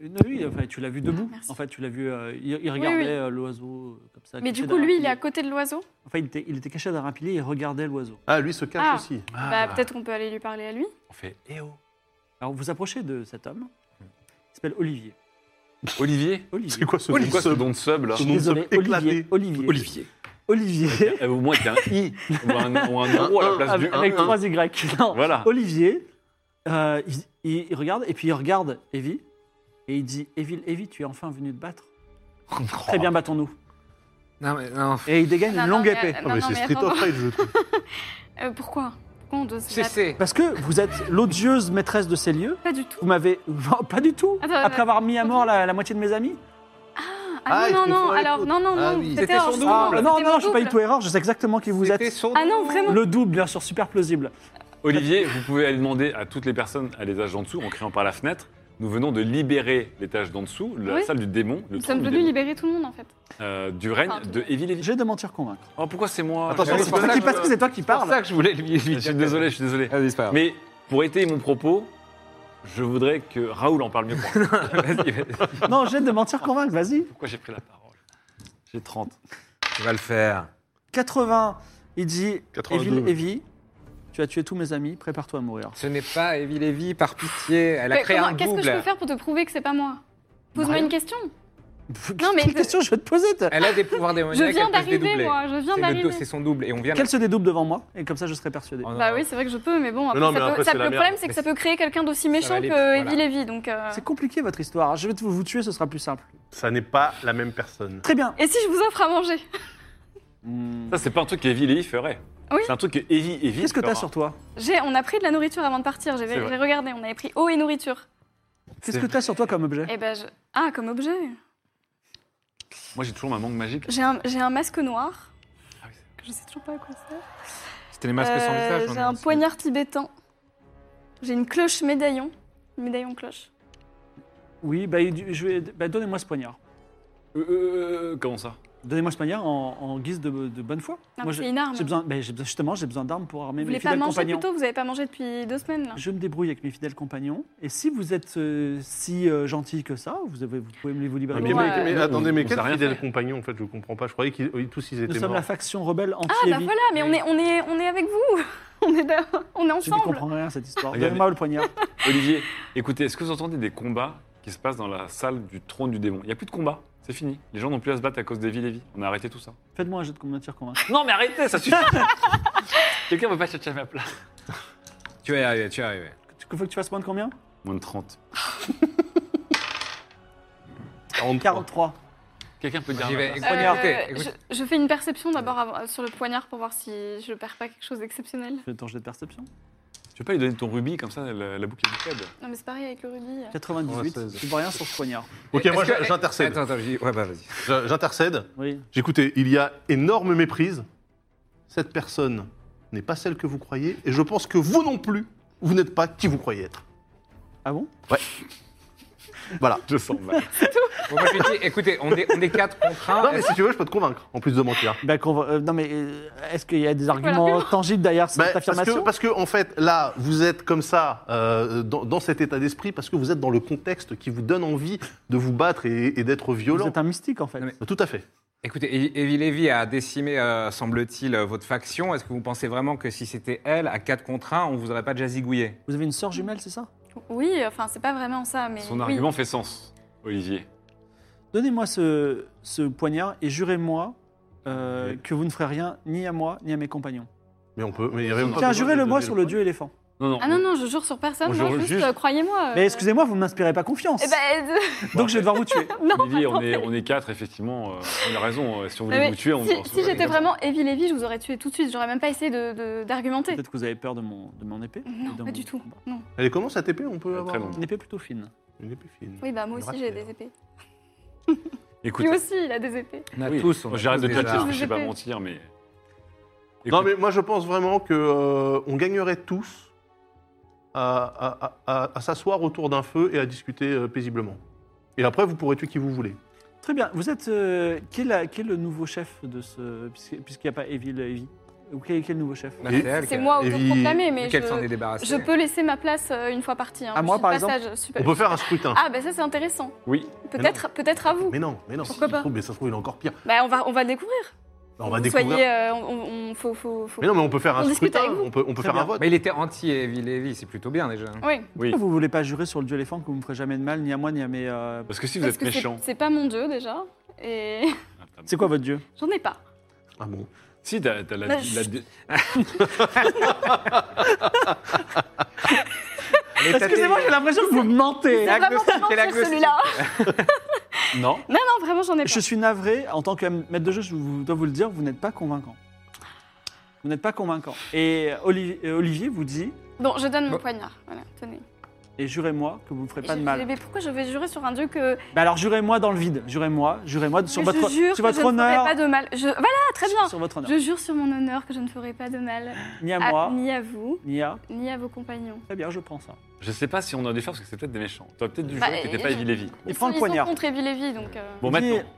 une- oui, enfin, tu l'as vu debout. Merci. En fait, tu l'as vu. euh, il, il regardait oui. euh, l'oiseau euh, comme ça. Mais caché du coup, derrière un lui, il est pilier. à côté de l'oiseau. Enfin, il était, il était caché derrière un pilier et il regardait l'oiseau. Ah, lui se cache Ah. aussi. Bah, peut-être qu'on peut aller lui parler à lui. On fait eh oh. Alors, vous approchez de cet homme. Il s'appelle Olivier. Olivier C'est Olivier. quoi ce C'est quoi ce sub don de sub là Ce nom de Désolé, sub Olivier. éclaté. Olivier. Olivier. Olivier. Euh, Au moins, il y a un i ou un, ou un O à la place du Avec E. avec trois Y. Non. Voilà. Olivier, euh, il, il- il regarde et puis il regarde Evie et il dit Evie, Evie, tu es enfin venu te battre. Très bien, battons-nous. Oh, Non, mais non. Et il dégaine Non, une non, longue mais- épée. Oh, Non, mais c'est Street attends. of Rage, je trouve. Euh, Pourquoi Pourquoi on doit se battre Cessez. Parce que vous êtes l'odieuse maîtresse de ces lieux. Pas du tout. Vous m'avez. Oh, Pas du tout Attends, Après attends. avoir mis à mort la, la moitié de mes amis Ah, Ah, il non, se non, non, confond avec alors, l'autre. non, non, Ah non, oui. c'était C'était son hors- double. Ah, c'était Non, mon non, je suis pas double. du tout erreur, je sais exactement qui vous C'était êtes. son Ah non, nom. vraiment. Le double, bien sûr, super plausible. Olivier, vous pouvez aller demander à toutes les personnes à l'étage d'en dessous en criant par la fenêtre. Nous venons de libérer l'étage d'en dessous, la Oui. salle du démon, le Nous trône sommes du venus démon, libérer tout le monde en fait. euh, du règne Enfin, tout de le Evie Lévy. J'ai de mentir convairdre. Oh, pourquoi c'est moi Attention, J'avais pas c'est pour ça compris que- parce que c'est toi qui C'est pour parles. ça que je voulais lui Ah. Je suis désolé, je suis désolé. Vas-y, c'est pas grave. Mais pour étayer mon propos, Je voudrais que Raoul en parle mieux que moi. Vas-y, vas-y. Non, jette de mentir convaincre, vas-y. Pourquoi j'ai pris la parole J'ai 30. Tu vas le faire. 80, il dit 82. Evie, Evie, tu as tué tous mes amis, prépare-toi à mourir. Ce n'est pas Evie Levy, par pitié. Elle a Mais créé comment- un Qu'est-ce que je peux double. faire pour te prouver que c'est pas moi Pose-moi Rien. une question. Non, Non, mais mais- Quelle question je vais te poser t'as- Elle a des pouvoirs démoniaques. Je viens elle peut se d'arriver, dédoubler. moi. Je viens C'est le dos, d'arriver. C'est son double et on vient. de- Qu'elle se dédouble devant moi, et comme ça je serai persuadé. Eh, Oh non. Bah oui, c'est vrai que je peux, mais bon, après, non, mais ça peut- après, ça c'est peut- la le merde. problème, c'est que ça peut créer quelqu'un d'aussi méchant aller que plus- voilà. Evie Levy. Donc, euh, C'est compliqué votre histoire, je vais te- vous tuer, ce sera plus simple. Ça n'est pas la même personne. Très bien. Et si je vous offre à manger Hmm. Ça, c'est pas un truc qu'Evie Lévy ferait. Oui. C'est un truc que Evie Evie. Qu'est-ce que t'as fera. sur toi J'ai- On a pris de la nourriture avant de partir, j'ai C'est vrai. j'ai regardé, on avait pris eau et nourriture. Qu'est-ce que t'as sur toi comme objet Et ben, je... Ah, comme objet Moi, j'ai toujours ma mangue magique. J'ai un, j'ai un masque noir, Ah oui, c'est vrai. que je sais toujours pas à quoi ça sert. C'était les masques sans Euh, visage. on J'ai est un aussi. poignard tibétain. J'ai une cloche médaillon. Médaillon cloche. Oui, bah, il- je vais, bah, donnez-moi ce poignard. Euh, euh, euh, comment ça Donnez-moi ce poignard en, en guise de, de bonne foi. Moi, Non, mais j'ai c'est une arme. j'ai besoin, bah, j'ai besoin- justement, j'ai besoin d'armes pour Vous armer mes voulez pas fidèles manger compagnons. plutôt Vous avez pas mangé depuis deux semaines là. Je me débrouille avec mes fidèles compagnons. Et si vous êtes euh, si euh, gentil que ça, vous, avez- vous pouvez me vous libérer. Ah, Mais, Ouais. mais- mais Ouais. attendez, mais On quel sait rien fidèle faire. compagnon en fait Je comprends pas. Je croyais qu'ils ils- tous ils Nous étaient sommes morts. la faction rebelle anti Ah bah voilà, mais on est, on est, on est avec vous. On est, d'accord, on est Je ne ensemble. comprends rien à cette histoire. Regardez. Donnez-moi le poignard. Olivier, écoutez, est-ce que vous entendez des combats qui se passent dans la salle du trône du démon Il n'y a plus de combats, c'est fini. Les gens n'ont plus à se battre à cause d'Evie Lévy. On a arrêté tout ça. Faites-moi un jet de combattir convaincre. Non, mais arrêtez, ça suffit Quelqu'un veut pas chercher à ma place. Tu vas y arriver, tu vas y arriver. Tu- Faut que tu fasses moins de combien Moins de 30. 43. 43. Quelqu'un peut Bah, dire. J'y ma vais. place Écoute, écoutez, écoute. Euh, je, je fais une perception d'abord avant- sur le poignard pour voir si je perds pas quelque chose d'exceptionnel. Fais ton jet de perception. Tu veux pas lui donner ton rubis comme ça, la, la boucle est plus faible Non mais c'est pareil avec le rubis. 98. 96. Tu vois rien sur ce poignard. Ok, moi Est-ce que- j'intercède. Attends, attends, j'y- ouais, bah vas-y. Je- J'intercède. Oui. J'écoutais, il y a énorme méprise. Cette personne n'est pas celle que vous croyez, et je pense que vous non plus, vous n'êtes pas qui vous croyez être. Ah bon Voilà. Je sens mal. Bon, moi, je lui dis, écoutez, on est, on est quatre contre un. Non, mais si tu veux, je peux te convaincre, en plus de mentir. Bah, qu'on va- euh, Non, mais euh, est-ce qu'il y a des arguments l'argument tangibles derrière cette Bah, parce, que, affirmation parce que, en fait, là, vous êtes comme ça, euh, dans, dans cet état d'esprit, parce que vous êtes dans le contexte qui vous donne envie de vous battre et, et d'être Vous violent. êtes un mystique en fait. Non, mais- Tout à fait. Écoutez, Evi- Evie Levy a décimé, euh, semble-t-il, euh, votre faction. Est-ce que vous pensez vraiment que si c'était elle, à 4 contre 1, on vous aurait pas déjà zigouillé Vous avez une sœur jumelle, c'est ça euh. Oui, enfin c'est pas vraiment ça, mais Son oui. argument fait sens, Olivier. Donnez-moi ce, ce poignard et jurez-moi euh, que vous ne ferez rien ni à moi ni à mes compagnons. Mais on peut. Mais il y a même pas Tiens, besoin de jurez-le-moi donner sur le dieu éléphant. Non, non. Ah non non, je jure sur personne. Moi, moi, je juste juste- euh, croyez-moi. Mais euh, excusez-moi, vous ne m'inspirez pas confiance. eh ben, euh, Donc je vais devoir vous tuer. non, Olivier, on attendez. est, on est quatre, effectivement. euh, on a raison. euh, si on Mais voulait oui, vous tuer, on on Ah Si, se si ferait j'étais comme ça. vraiment Evie Levy, je vous aurais tué tout de suite. J'aurais même pas essayé de- de- d'argumenter. Peut-être que vous avez peur de mon, de mon épée. Non, de pas mon- du tout. Non. Elle est comment cette épée On peut Elle est avoir très longue. Une épée plutôt fine. une épée fine. Oui, bah moi Une aussi j'ai rapière. des épées. Écoute, Lui aussi, il a des épées. On a oui, tous. on a j'arrête tous de des te dire, armes. armes. je sais pas mentir, mais. Non, Écoute, mais moi je pense vraiment que euh, on gagnerait tous à, à- à- à- à s'asseoir autour d'un feu et à discuter euh, paisiblement. Et après, vous pourrez tuer qui vous voulez. Très bien. Vous êtes. euh, qui, est la- qui est le nouveau chef de ce. puisque- Puisqu'il n'y a pas Evie Levy. Ou quel, quel nouveau chef Bah, elle qui C'est a- moi Evie- autoproclamé, mais Qu'elle s'en est je, débarrassée. je peux laisser ma place euh, une fois partie. hein. À Je moi, suis de par exemple passage, super- On peut faire un scrutin. Ah, bah ça c'est intéressant. oui. Peut-être peut-être à vous. Mais non, mais non. Pourquoi si, pas il trouve- Mais ça se trouve, il est encore pire. Bah, Bah, on, va, on va le découvrir. On va Vous découvrir. Soyez, euh, on, on- on- faut, faut, faut- Mais non, mais on peut faire On un discute scrutin. avec vous. On peut, on peut Très faire bien. un vote. Mais il était anti-Evie Levy, c'est plutôt bien déjà. Oui, Oui. Pourquoi vous voulez pas jurer sur le dieu éléphant que vous me ferez jamais de mal, ni à moi, ni à mes. euh, Parce que si vous parce êtes que c'est- méchant. c'est pas mon dieu déjà. Et C'est quoi votre dieu j'en ai pas. Ah bon Si, t'as t'as la. Bah, la- chut. la- Elle est Excusez-moi, j'ai l'impression que vous mentez. C'est vraiment agnostique, pour elle est mentir agnostique. celui-là. Non Non, non, vraiment j'en ai pas. Je suis navré, en tant que maître de jeu, je vous- dois vous le dire, vous n'êtes pas convaincant. Vous n'êtes pas convaincant. Et Oli- euh, Olivier vous dit, Bon, je donne mon Bon. poignard. Voilà, tenez. et jurez-moi que vous ne ferez pas Et de je- mal. Mais pourquoi je vais jurer sur un dieu que Bah alors jurez-moi dans le vide, jurez-moi, jurez-moi sur je votre, jure sur que votre je ne ferai honneur. pas de mal Je- Voilà, très bien. Sur votre honneur. Je jure sur mon honneur que je ne ferai pas de mal Ni à à- moi, ni à vous, ni à. Ah, ni à vos compagnons. Très bien, je prends ça. Je sais pas si on a des faire parce que c'est peut-être des méchants. T'aurais peut-être dû Bah, jouer que t'étais pas euh, Evie Lévy. Il Ils prend sont- le ils poignard. sont contre Evie Levy, donc. euh, Bon, Il dit- maintenant.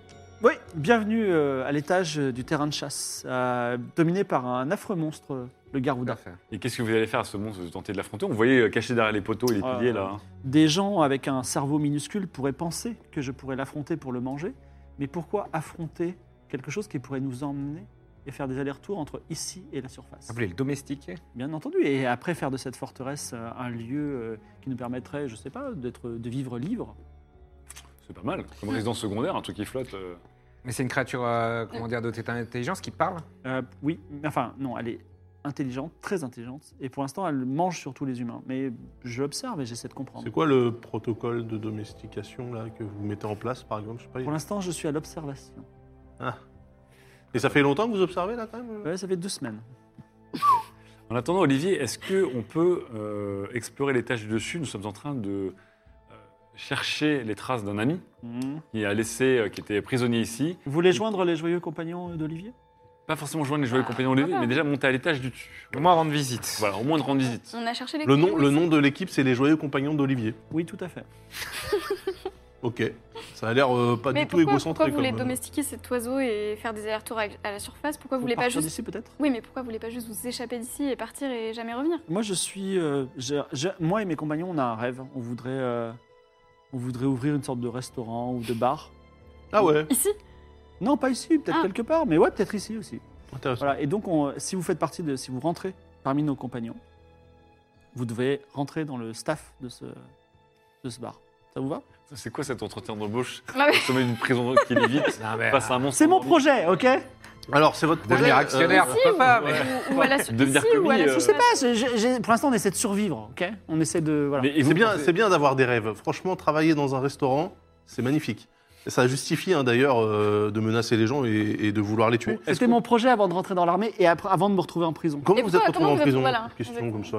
Oui, bienvenue euh, à l'étage euh, du terrain de chasse, euh, dominé par un affreux monstre le Tout à Garouda. fait. Et qu'est-ce que vous allez faire à ce monstre Vous tentez de l'affronter On voyait euh, caché derrière les poteaux et les Ah, piliers là. hein. Des gens avec un cerveau minuscule pourraient penser que je pourrais l'affronter pour le manger, mais pourquoi affronter quelque chose qui pourrait nous emmener et faire des allers-retours entre ici et la surface Vous voulez le domestiquer Bien entendu, et après faire de cette forteresse euh, un lieu euh, qui nous permettrait, je sais pas, d'être, de vivre libre. C'est pas mal. Mm. Comme résidence secondaire, un truc qui flotte. euh. Mais c'est une créature, euh, comment dire, dotée d'intelligence qui parle Euh, oui, mais enfin non, elle est intelligente, très intelligente, et pour l'instant elle mange surtout les humains. Mais je l'observe et j'essaie de comprendre. C'est quoi le protocole de domestication là que vous mettez en place par exemple je sais pas, Pour l'instant, je suis à l'observation. Et ça fait longtemps que vous observez là quand même euh? Ouais, ça fait deux semaines. En attendant, Olivier, est-ce qu'on peut euh, explorer l'étage du dessus Nous sommes en train de euh, chercher les traces d'un ami Mhm. qui a laissé, euh, qui était prisonnier ici. Vous voulez joindre les joyeux compagnons d'Olivier Pas forcément joindre Ah. les joyeux compagnons de Olivier, mais déjà monter à l'étage du dessus. Au moins rendre visite. Voilà, au moins de rendre visite. On a cherché les Le nom, couteaux le aussi. nom de l'équipe c'est les joyeux compagnons d'Olivier. Oui, tout à fait. Ok. Ça a l'air euh, pas Mais du tout pourquoi, égocentré pourquoi vous comme, voulez euh, domestiquer cet oiseau et faire des allers-retours avec- à la surface Pourquoi vous Pour voulez pas partir juste d'ici peut-être Oui, mais pourquoi vous voulez pas juste vous échapper d'ici et partir et jamais revenir Moi, je suis. euh, j'ai- j'ai- moi et mes compagnons, on a un rêve. On voudrait, euh, on voudrait ouvrir une sorte de restaurant ou de bar. Ah ouais, Ici Non, pas ici, peut-être Ah. quelque part, mais ouais, peut-être ici aussi. intéressant. Voilà. Et donc, on- si vous faites partie de, si vous rentrez parmi nos compagnons, vous devez rentrer dans le staff de ce, de ce bar. Ça vous va C'est quoi cet entretien d'embauche Ah Au oui. sommet d'une prison qui est vite, Non, mais, face à un monstre. C'est mon projet, ok Alors c'est votre projet Devenir euh, actionnaire, euh, pourquoi pas, mais... ou, ou à la su- Devenir ici, ou à commis, la euh, Ah, Je sais surface pas. j'ai- j'ai- pour l'instant, on essaie de survivre, ok On essaie de voilà. Mais- et vous C'est bien, pensez- c'est bien d'avoir des rêves. Franchement, travailler dans un restaurant, c'est magnifique. Et ça justifie hein, d'ailleurs euh, de menacer les gens et, et de vouloir les tuer. C'était mon projet avant de rentrer dans l'armée et après, avant de me retrouver en prison. Comment Et vous êtes pourquoi- retrouvé comment en vous êtes- prison voilà, Question comme ça.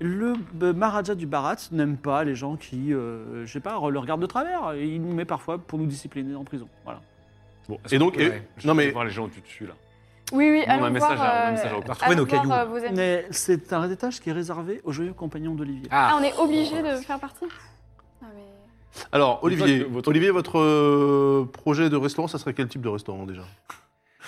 je- Le euh, Maharaja du Bharat n'aime pas les gens qui, euh, je sais pas, le regardent de travers. Et Il nous met parfois pour nous discipliner en prison. Voilà. Bon, est-ce Et qu'on donc, peut- et- Ouais, je non peux mais voir les gens du dessus là. Oui, oui, On a allons voir, un message à- on a un euh, message à- On va retrouver allons nos voir, cailloux. euh, vos amis. Mais c'est un étage qui est réservé aux joyeux compagnons d'Olivier. Ah, on est obligé de faire partie Ah, mais- alors Dites-moi Olivier, que votre- votre, Olivier, votre euh, projet de restaurant, ça serait quel type de restaurant déjà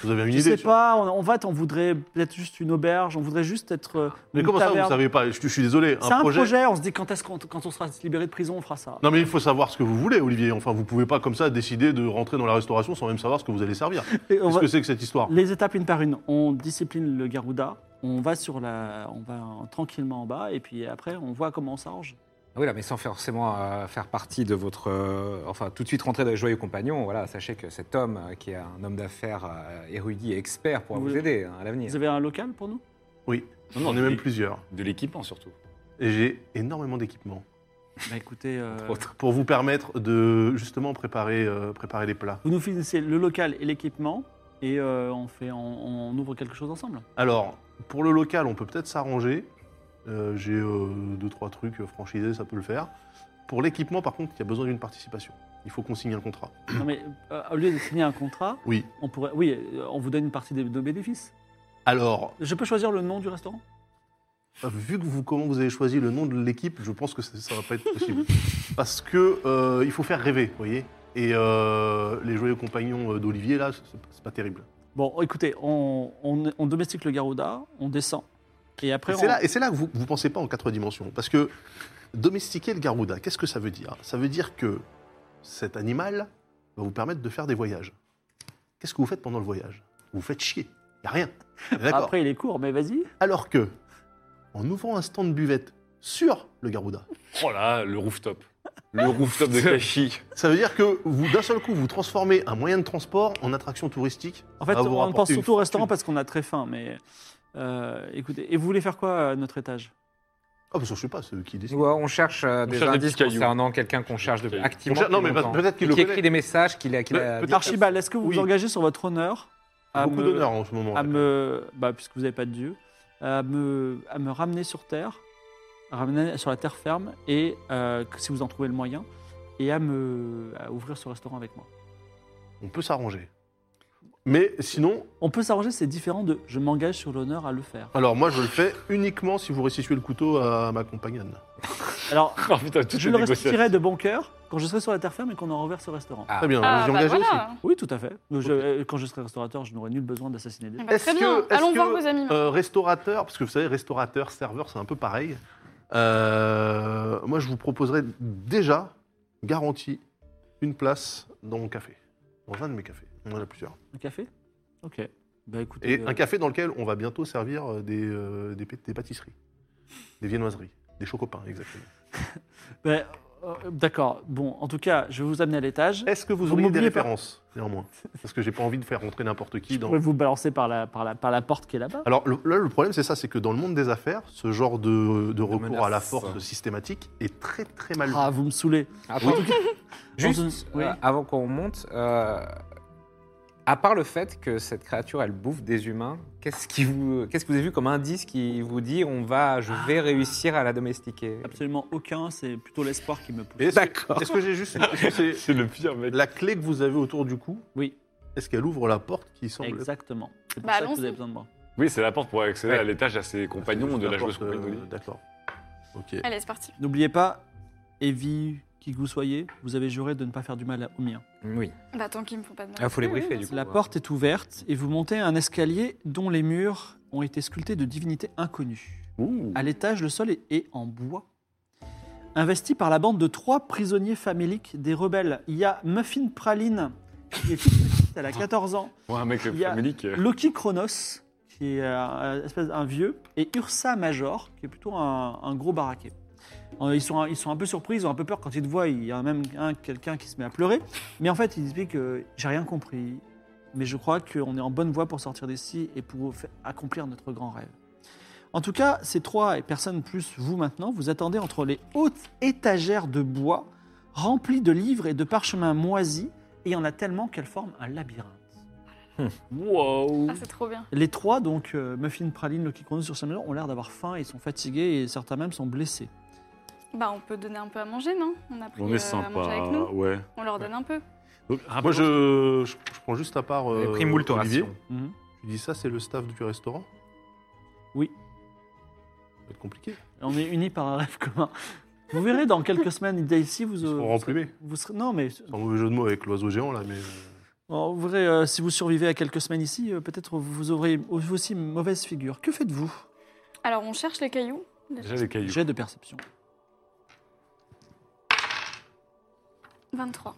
Vous avez une Je idée sais sur- pas, on, on va, on voudrait peut-être juste une auberge, on voudrait juste être. euh, Mais une comment ça, vous taverne. savez pas je, je suis désolé. C'est un projet... on se dit quand est-ce qu'on quand on sera libéré de prison, on fera ça. Non mais il faut savoir ce que vous voulez, Olivier. Enfin, vous pouvez pas comme ça décider de rentrer dans la restauration sans même savoir ce que vous allez servir. Et on Qu'est-ce va- que c'est que cette histoire Les étapes une par une, on discipline le Garuda, on va sur la, on va euh, tranquillement en bas et puis après on voit comment on s'arrange. Ah Oui, là, mais sans forcément euh, faire partie de votre. euh, enfin, tout de suite rentrer dans les joyeux compagnons. Voilà, sachez que cet homme, euh, qui est un homme d'affaires euh, érudit et expert, pourra Vous- vous aider hein, à l'avenir. Vous avez un local pour nous Oui, Non, non, on est de l'é- même plusieurs. De l'équipement surtout. Et j'ai énormément d'équipements Bah écoutez, euh, pour vous permettre de justement préparer, euh, préparer les plats. vous nous finissez le local et l'équipement et euh, on fait, on, on ouvre quelque chose ensemble. Alors, pour le local, on peut peut-être s'arranger. Euh, j'ai euh, deux, trois trucs franchisés, ça peut le faire. Pour l'équipement, par contre, il y a besoin d'une participation. Il faut qu'on signe un contrat. Non mais euh, au lieu de signer un contrat, Oui. on pourrait, oui, euh, on vous donne une partie des- de nos bénéfices. Alors, Je peux choisir le nom du restaurant vu que vous, comment vous avez choisi le nom de l'équipe, je pense que ça ça va pas être possible. Parce que euh, il faut faire rêver, vous voyez. Et euh, les joyeux compagnons euh, d'Olivier, là, c'est c'est pas terrible. Bon, écoutez, on, on- on domestique le Garuda, on descend et après Et on, c'est là, et c'est là que vous ne pensez pas en quatre dimensions. Parce que domestiquer le Garuda, qu'est-ce que ça veut dire Ça veut dire que cet animal va vous permettre de faire des voyages. Qu'est-ce que vous faites pendant le voyage Vous faites chier. Il n'y a rien. On est D'accord. après il est court, mais vas-y. Alors que, en ouvrant un stand de buvette sur le Garuda, Oh là, le rooftop. Le rooftop de Kashi. ça veut dire que vous, d'un seul coup, vous transformez un moyen de transport en attraction touristique. En fait, Ça va Ah, vous on rapporter pense une surtout au fortune. restaurant parce qu'on a très faim, mais euh, écoutez, et vous voulez faire quoi à notre étage Ah, parce que je sais pas, ceux qui décident. Nous, euh, on cherche euh, des cherche des indices petits cailloux. concernant quelqu'un qu'on cherche de, Des petits On activement. cherche- non, depuis mais peut- longtemps. peut-être qu'il Et le qui connaît. écrit des messages qu'il a. qu'il a Peut- dit- peut-être- Archibald, est-ce que vous Oui. vous engagez sur votre honneur à Beaucoup me- d'honneur hein, en ce moment. à me, bah, puisque vous n'avez pas de dieu, à me, à me ramener sur terre, à ramener sur la terre ferme, et euh, que- si vous en trouvez le moyen, et à me à ouvrir ce restaurant avec moi. On peut s'arranger. Mais sinon, On peut s'arranger, c'est différent de je m'engage sur l'honneur à le faire. Alors moi je le fais uniquement si vous restituez le couteau à ma compagnonne. Alors, Oh putain, toutes je les le négociations. restituerai de bon cœur, quand je serai sur la terre ferme et qu'on en revers ce restaurant. Ah. Très bien, Ah, vous y bah engagez aussi. voilà. Oui, tout à fait. Mais je- euh, quand je serai restaurateur, je n'aurai nul besoin d'assassiner des Eh gens. ben, Est-ce très que- bien. est-ce Allons que, voir vos amis. Euh, restaurateur, parce que vous savez, restaurateur, serveur, c'est un peu pareil. Euh, moi, je vous proposerais déjà, garantie, une place dans mon café. Dans un de mes cafés. On en a plusieurs. Un café Ok. Bah écoutez, Et euh, un café dans lequel on va bientôt servir euh, des, euh, des, pâ- des pâtisseries, des viennoiseries, des chocopins, exactement. bah, euh, D'accord. Bon, en tout cas, je vais vous amener à l'étage. Est-ce que vous Vous auriez des m'oubliez pas. références, néanmoins Parce que j'ai pas envie de faire rentrer n'importe qui Je dans. pourrais vous balancer par la, par la, par la porte qui est là-bas. Alors le, là, le problème, c'est ça, c'est que dans le monde des affaires, ce genre de, de recours à la menace. force systématique est très très mal vu. Ah, vous me saoulez. Attends, juste Dans une- euh, oui. avant qu'on monte, euh, à part le fait que cette créature elle bouffe des humains, qu'est-ce qui vous, qu'est-ce que vous avez vu comme indice qui vous dit on va, Ah. je vais réussir à la domestiquer Absolument aucun, c'est plutôt l'espoir qui me pousse. Et est-ce que- D'accord. Est-ce que j'ai juste une question C'est- C'est le pire mec. La clé que vous avez autour du cou, Oui, est-ce qu'elle ouvre la porte qui semble être- exactement. C'est pour Bah, ça que vous allons-y. avez besoin de moi. Oui, c'est la porte pour accéder Ouais. à l'étage à ses compagnons de la joueuse porte, compagnie. euh, D'accord. Ok. Allez, c'est parti. N'oubliez pas, Evie, qui que vous soyez, vous avez juré de ne pas faire du mal aux miens. Oui. Bah, tant qu'ils me font pas de mal. Il Ah, faut les briefer du coup. La porte est ouverte et vous montez un escalier dont les murs ont été sculptés de divinités inconnues. Ouh. À l'étage, le sol est, est en bois. Investi par la bande de trois prisonniers faméliques des rebelles, il y a Muffin Praline, qui est toute petite, elle a 14 ans, Ouais, un mec, euh, le Il y a- famélique. Loki Chronos, qui est un, un espèce, un vieux, et Ursa Major, qui est plutôt un, un gros baraquet. Euh, Ils sont, un- ils sont un peu surpris, ils ont un peu peur quand ils te voient. Il y a même un- quelqu'un qui se met à pleurer. Mais en fait, ils expliquent que j'ai rien compris, mais je crois qu'on est en bonne voie pour sortir d'ici et pour fa- accomplir notre grand rêve. En tout cas, ces trois et personnes plus vous maintenant, vous attendez entre les hautes étagères de bois remplies de livres et de parchemins moisis, et il y en a tellement qu'elles forment un labyrinthe. Wow. Ah, c'est trop bien. Les trois, donc euh, Muffin, Praline, Loki, Chronos sur Samuel, ont l'air d'avoir faim, ils sont fatigués et certains même sont blessés. Bah, on peut donner un peu à manger, non On a pris On euh, est à sympa. manger avec nous. Ouais. On leur donne un peu. Donc, Moi, rappelons- je, je, je prends juste à part. Les euh, prix moult Olivier. rations. Mhm. Tu dis ça, c'est le staff du restaurant Oui. Ça va être compliqué. On est unis par un rêve commun. Vous verrez dans quelques semaines, d'ici, vous, Ils euh, seront vous, serez- remplumés. vous serez- Non, mais C'est un mauvais jeu de mots avec l'oiseau géant, là, mais. euh, bon, vous verrez, euh, si vous survivez à quelques semaines ici, euh, peut-être vous aurez vous aussi une mauvaise figure. Que faites-vous Alors, on cherche les cailloux. Déjà les cailloux. J'ai de perception. 23.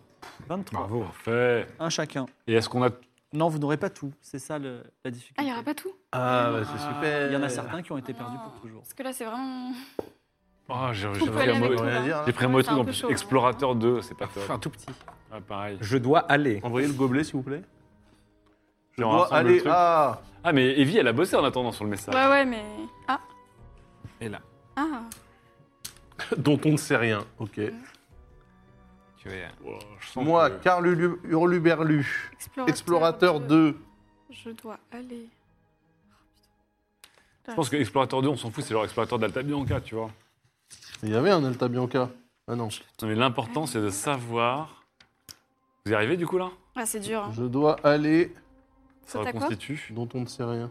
23. Bravo. Parfait. Un chacun. Et est-ce qu'on a. Non, vous n'aurez pas tout. C'est ça le- la difficulté. Ah, il n'y aura pas tout Ah, bah, c'est super. Il y en a certains qui ont été Ah. perdus pour toujours. Parce que là, c'est vraiment. Ah, j'ai j'ai On peut pris aller un avec mauvais- toi. Ah, rien à dire, hein. là. J'ai pris un mauvais C'est un truc en peu plus. chaud. hein. Explorateur 2, c'est pas top. Enfin, tout petit. Ah, pareil. hein. Je dois aller. Envoyez le gobelet, s'il vous plaît. Je Dois aller à. Ah, mais Evie, elle a bossé en attendant sur le message. Ouais, ouais, mais. Ah, Et là, ah. dont on ne sait rien. Ok. tu es. hein. Wow, je sens Moi, que- Carl Ulu- Hurluberlu, Explorateur, explorateur 2. Je dois aller. Je pense que Explorateur 2, on s'en fout, c'est genre Explorateur d'Alta Bianca, tu vois. Il y avait un Alta Bianca. Ah non. Non, mais l'important, c'est de savoir. Vous y arrivez du coup là Ah, c'est dur. Hein. Je dois aller Ça Saute à quoi reconstitue. dont on ne sait rien.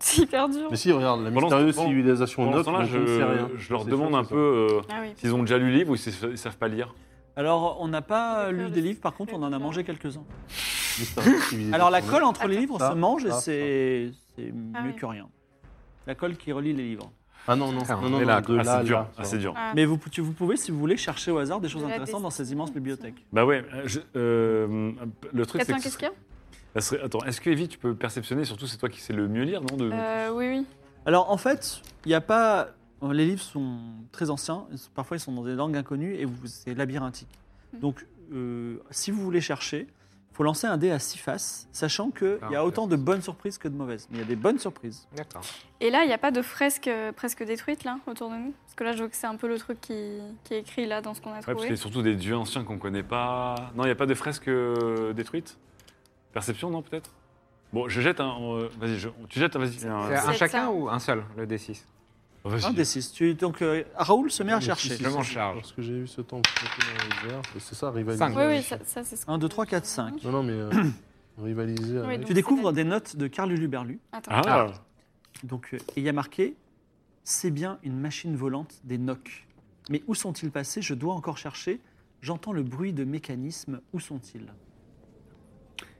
C'est hyper dur. Mais si, regarde, la Pendant ce- mystérieuse pendant- civilisation Pendant ce neutre, temps-là, dont on ne sait rien. je, je leur C'est demande sûr, un c'est peu euh, Ah oui. s'ils ont déjà lu le livre ou s'ils ils savent pas lire. Alors, on n'a pas lu D'accord, des je- livres, par contre, on en a mangé quelques-uns. ça. Mystérieuse civilisation Alors la neutre. colle entre les livres Ça, se mange et ça, c'est c'est Ah mieux oui. que rien. La colle qui relie les livres. Ah non, non, Ah, non, on non, est non, là, de Ah, c'est dur. là, Ah, ça. c'est dur. Ah. Mais vous, tu- vous pouvez, si vous voulez, chercher au hasard des choses De la intéressantes dans ces description, immenses ça. bibliothèques. Bah ouais, euh, je- euh, le truc c'est Attends, que qu'est-ce qu'il y a ça serait- Attends, est-ce que Evie tu peux perceptionner surtout c'est toi qui sais le mieux lire non de... euh, Oui, oui. Alors en fait, il n'y a pas... euh, Les livres sont très anciens, ils sont- parfois ils sont dans des langues inconnues et vous- c'est labyrinthique. Mhm. Donc euh, si vous voulez chercher, il faut lancer un dé à six faces, sachant qu'il Ah, y a ouais. autant de bonnes surprises que de mauvaises. Mais il y a des bonnes surprises. D'accord. Et là, il n'y a pas de fresque euh, presque détruite, là, autour de nous Parce que là, je vois que c'est un peu le truc qui, qui est écrit, là, dans ce qu'on a Ouais, parce trouvé. qu'il y a surtout des dieux anciens qu'on connaît pas. Non, il n'y a pas de fresques euh, détruites Perception, non, peut-être Bon, je jette un. euh, Vas-y, je- tu jettes un. Vas-y. un- C'est un C'est chacun ça. ou un seul, le D6 vas-y. Un des six. Tu- donc euh, Raoul se met à Ah, Mais si, chercher. si, Je si, m'en si, charge. Parce que j'ai eu ce temps pour monter dans les airs. Et C'est ça, rivaliser. Cinq. Oui, oui, avec- ça, ça, c'est ce 1, qu'on- 2, 3, 4, 5. Ah, Non, non, mais euh, rivaliser. avec- donc- Tu découvres des notes de Carl Huluberlu. Attends. Ah, Ah. Donc, euh, et il y a marqué C'est bien une machine volante des NOC. Mais où sont-ils passés Je dois encore chercher. J'entends le bruit de mécanismes. Où sont-ils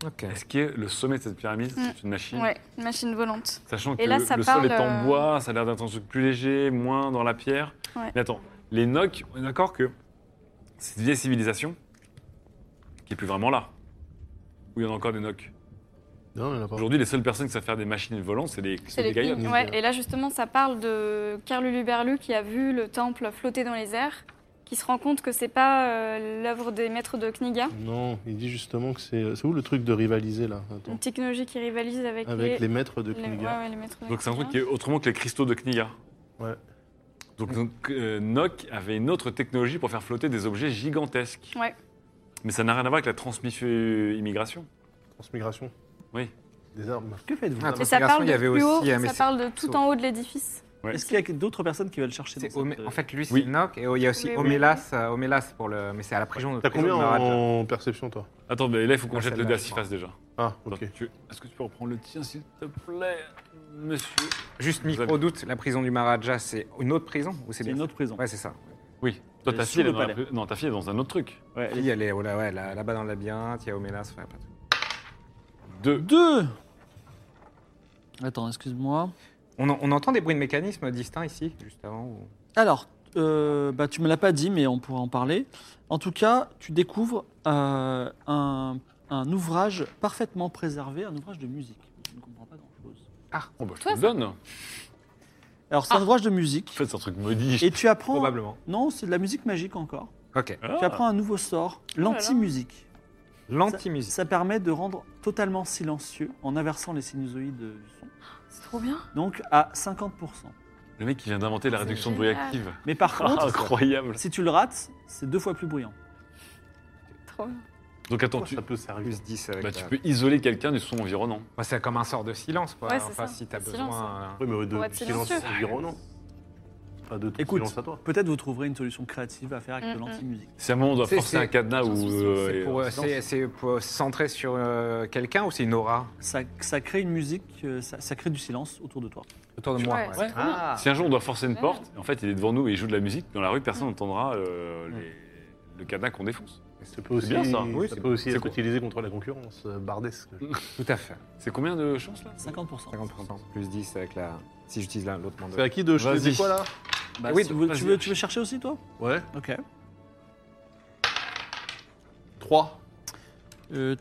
Ok. Est-ce que le sommet de cette pyramide, c'est une machine Mm. Ouais, une machine volante. Sachant que Et là, ça le parle, sol est en euh, bois, ça a l'air d'être un truc plus léger, moins dans la pierre. Ouais. Mais attends, les Nocs, on est d'accord que cette vieille civilisation qui est plus vraiment là, où il y en a encore des Nocs. Non, il n'y en a pas. Aujourd'hui, les seules personnes qui savent faire des machines volantes, c'est les, C'est les les Gaïa. Kings, ouais. Et là, justement, ça parle de Carl Luberlu qui a vu le temple flotter dans les airs, qui se rend compte que c'est pas euh, l'œuvre des maîtres de Kniga, Non, il dit justement que c'est. C'est où le truc de rivaliser là une Attends. technologie qui rivalise avec, Avec les maîtres de les- Kniga. ouais, ouais, les maîtres de Donc c'est un Kniga. truc qui est autrement que les cristaux de Kniga. Ouais. Donc, donc, euh, Nock avait une autre technologie pour faire flotter des objets gigantesques. Ouais. Mais ça n'a rien à voir avec la transmission-immigration. Transmigration. Oui. Des armes. Que faites-vous Ah, Et parce ça que garçon, parle il de y avait plus haut, aussi, euh, mais ça c'est- parle de tout en haut de l'édifice. Est-ce qu'il y a d'autres personnes qui veulent chercher c'est dans Omé- cette, euh, En fait, lui, c'est Oui. Noc, et oh, il y a aussi Oui, oui, oui. Omélas, euh, Omélas pour le. Mais c'est à la prison de T'as prison de combien Marat. en perception toi Attends, mais là, il faut qu'on Ah, jette le celle-là, dé à je six crois. faces déjà. Ah, ok. Attends, tu- Est-ce que tu peux reprendre le tien, s'il te plaît, monsieur Juste Vous micro avez- doute, la prison du Maharaja, c'est une autre prison ou c'est C'est bien une ça autre prison. Ouais, c'est ça. Oui. Toi, Elle est ta sous fille, elle Euh, le est dans la palais. pri- non, ta fille est dans un autre truc. Ouais, Puis elle est oh là, ouais, là- là-bas dans le labyrinthe, il y a Omélas. ouais, pas de- Deux. Deux Attends, excuse-moi. On, en- on entend des bruits de mécanismes distincts ici, juste avant. ou- Alors, euh, bah, tu me l'as pas dit, mais on pourra en parler. En tout cas, tu découvres euh, un, un ouvrage parfaitement préservé, un ouvrage de musique. Je ne comprends pas grand-chose. Bon, bah, je te Toi, le donne. En Alors, c'est un ouvrage de musique. fait, c'est un truc maudit. Et tu apprends... Probablement. Non, c'est de la musique magique encore. Ok. Ah. Tu apprends un nouveau sort, l'anti-musique. L'anti-musique. Ça permet de rendre totalement silencieux en inversant les sinusoïdes du son. C'est trop bien. Donc à 50%. Le mec, qui vient d'inventer la C'est réduction de bruit génial. active. Ah, Mais par contre, Incroyable. si tu le rates, c'est deux fois plus bruyant. Trop bien. Donc, attends, Ça tu, peut servir. Plus 10 avec bah, la- tu peux isoler quelqu'un du son environnant. Bah, c'est comme un sort de silence, quoi. Ouais, c'est enfin, ça. si t'as Le besoin. euh, Oui, mais de Pour être du silence silencieux. environnant. Pas de tout Écoute. silence à toi. Peut-être vous trouverez une solution créative à faire avec de Mm, mm. l'anti-musique. Si à un moment on doit C'est- forcer c'est- un cadenas j'en suis ou. sûre, euh, C'est et- pour, euh, euh, c'est- c'est pour se centrer sur euh, quelqu'un ou c'est une aura Ça, ça crée une musique, euh, ça, ça crée du silence autour de toi. autour de moi Ouais, ouais. c'est trop bien. Si un jour on doit forcer une Ouais. porte, en fait il est devant nous et il joue de la musique, dans la rue personne n'entendra euh, les- le cadenas qu'on défonce. Ça peut aussi, bien, ça. oui, Oui, ça c'est- peut aussi c'est être quoi utilisé contre la concurrence. euh, Bardesque. Tout à fait. C'est combien de chances là 50%. 50% plus 10 avec la. Si j'utilise la- l'autre C'est mandat. à qui de choisir Vas-y. quoi là Bah, Oui, si vous- vas-y. tu, veux, tu veux chercher aussi, toi Ouais. Ok. 3. 3. Euh,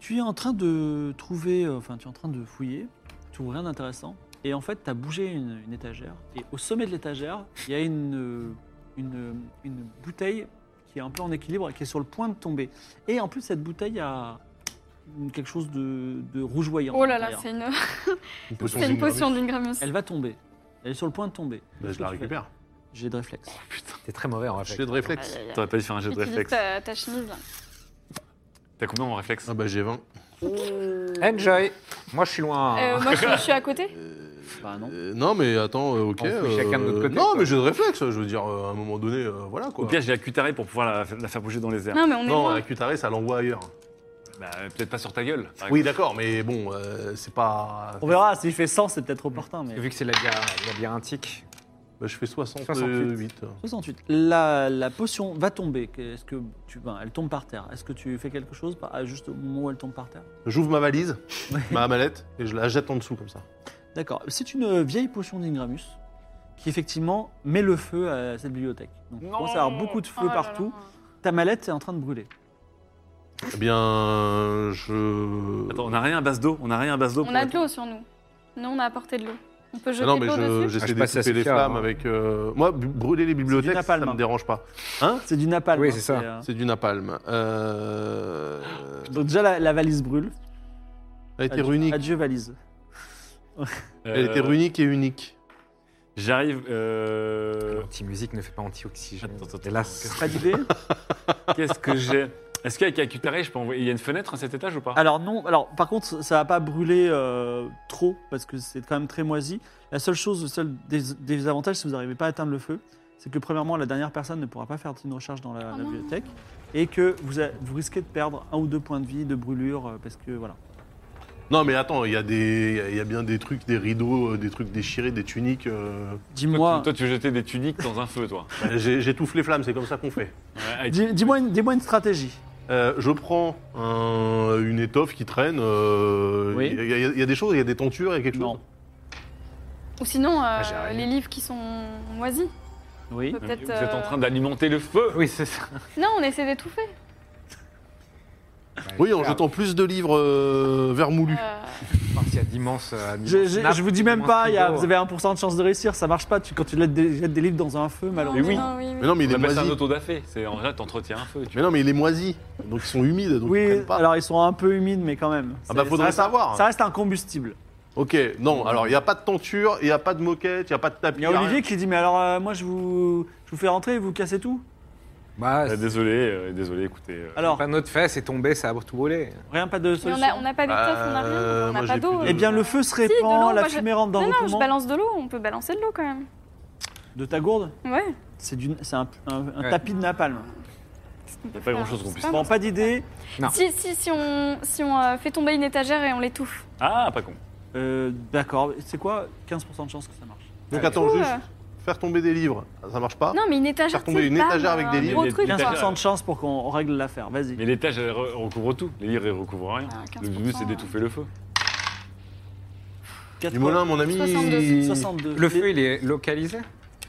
Tu es en train de trouver, euh, enfin, tu es en train de fouiller, tu trouves rien d'intéressant. Et en fait, tu as bougé une, une étagère. Et au sommet de l'étagère, il y a une, euh, une, une bouteille qui est un peu en équilibre et qui est sur le point de tomber. Et en plus, cette bouteille a une- quelque chose de, de rougeoyant. Oh là à là, l'intérieur. c'est une, Une c'est une potion d'une grameuse. Elle va tomber. Elle est sur le point de tomber. Bah, je la récupère. J'ai de réflexe. T'es très mauvais en J'ai réflexe. de réflexe. Aïe, aïe, aïe. T'aurais pas dû faire un jet de Utilise réflexe. Ta, ta chemise. T'as combien en réflexe Ah bah j'ai 20. Enjoy Moi, je suis loin. hein. Euh, moi, je suis, je suis à côté. Bah non. Euh, non mais attends, euh, ok. On fouille chacun de notre côté, non quoi. mais j'ai de réflexe, je veux dire, euh, à un moment donné, euh, voilà Au quoi. pire j'ai la cutarée pour pouvoir la, la faire bouger dans les airs. Non, mais on est Non, loin. la cutarée, ça l'envoie ailleurs. Bah, euh, Peut-être pas sur ta gueule. par Oui exemple. d'accord, mais bon, euh, c'est pas... On verra, s'il fait 100, c'est peut-être opportun. Mais... Parce que Vu que c'est labyrinthe- labyrinthique. Bah, je fais 68. 68. 68. La, la potion va tomber. Est-ce que tu, ben, elle tombe par terre. Est-ce que tu fais quelque chose par- ah, juste au moment où elle tombe par terre J'ouvre ma valise, Ouais. ma mallette, et je la jette en dessous comme ça. D'accord. C'est une euh, vieille potion d'Ingramus qui effectivement met le feu à cette bibliothèque. Donc, tu Non. commences à avoir beaucoup de Oh feu là là. partout. Ta mallette est en train de brûler. Eh bien, je... Attends, on a rien à base d'eau, on a rien à base d'eau. On pour a la- de l'eau sur nous. Nous, on a apporté de l'eau. On peut Ah jeter non de mais l'eau je- dessus. j'essaie Ah, je passe à d'étouffer les Sika, flammes hein. avec... euh, Moi, b- brûler les bibliothèques, ça napalm, me hein. dérange pas. C'est du napalm. Oui, hein, c'est ça. euh, C'est du napalm. Euh... Donc déjà la, la valise brûle. Elle était Adieu- runique. Adieu valise. Elle était Euh, runique et unique. J'arrive. euh, Anti-musique ne fait pas anti-oxygène. Attends, attends, Hélas. Pas d'idée Qu'est-ce que j'ai Est-ce qu'avec la cutarée je peux envoyer. Il y a une fenêtre à cet étage ou pas Alors non, alors par contre, ça va pas brûler euh, trop parce que c'est quand même très moisi. La seule chose, le seul dés- désavantage si vous n'arrivez pas à atteindre le feu, c'est que premièrement, la dernière personne ne pourra pas faire une recherche dans la, Oh la non. bibliothèque et que vous, a- vous risquez de perdre un ou deux points de vie, de brûlure euh, parce que voilà. Non, mais attends, il y, a des- il y a- il y a bien des trucs, des rideaux, euh, des trucs déchirés, des tuniques. euh. Dis-moi Toi, tu jetais des tuniques dans un feu, toi. Bah, j'ai- J'étouffe les flammes, c'est comme ça qu'on fait. Ouais, dis- dis-moi une, dis-moi une stratégie. Euh, je prends un- une étoffe qui traîne. euh, Oui. Il y, a- il y a des choses, il y a des tentures, il y a quelque Non. chose. Ou sinon, euh, j'ai rien. les livres qui sont moisis. Oui. On peut peut-être, Vous êtes en euh, train d'alimenter le feu. Oui, c'est ça. Non, on essaie d'étouffer. Bah, Oui, en jetant plus de livres euh, vermoulus. Euh, Enfin, s'il y a d'immenses. euh, d'immenses Je, je- nappes, je vous dis même pas, il y a- d'immenses vous avez 1% de chance de réussir, ça marche pas tu- quand tu jettes des, jettes des livres dans un feu, malheureusement. Mais oui. non, oui, oui. Mais non, mais il On est appelle ça un moisi. auto dafé. C'est en vrai, t'entretiens un feu. Tu Mais non, mais il est moisi. Donc ils sont humides, donc ils Oui, traînent pas. alors ils sont un peu humides, mais quand même. Ah bah, C'est- faudrait ça reste un- savoir. Ça reste un combustible. Ok, non, alors il n'y a pas de tenture, il n'y a pas de moquette, il n'y a pas de tapis. Il y a rien. Olivier qui dit Mais alors, euh, moi, je vous, je vous fais rentrer et vous cassez tout Bah, Euh, désolé, euh, désolé, écoutez. euh, Alors, Enfin, notre fesse est tombée, ça a tout brûlé. rien, pas de Mais on solution. n'a on a pas d'étoffe, on n'a Euh, rien, on moi, n'a pas j'ai d'eau. plus de- Eh bien, le feu se répand, Si, de l'eau, la moi, je- fumée rentre dans Non, vos non, je poumons. balance de l'eau, on peut balancer de l'eau quand même. De ta gourde Ouais. C'est d'une- c'est un, un- un Ouais. tapis de napalm. y a pas grand-chose qu'on puisse Bon, pas d'idée. Non. Si, si, si on, si on euh, fait tomber une étagère et on l'étouffe. Ah, pas con. Euh, D'accord, c'est quoi 15% de chance que ça marche Donc Ah, attends, du coup, juste euh, faire tomber des livres, ça marche pas. Non, mais une étagère. Ah. Faire tomber tu sais, une bam, étagère avec un des gros livres. truc, Les- les quoi. 15% de chance pour qu'on règle l'affaire, vas-y. Mais l'étage elle re- recouvre tout. Les livres, ils recouvrent rien. Ah, 15%, le but, c'est d'étouffer le feu. Quatre Du Molin, fois. mon ami. 62. 62. Le feu, il est localisé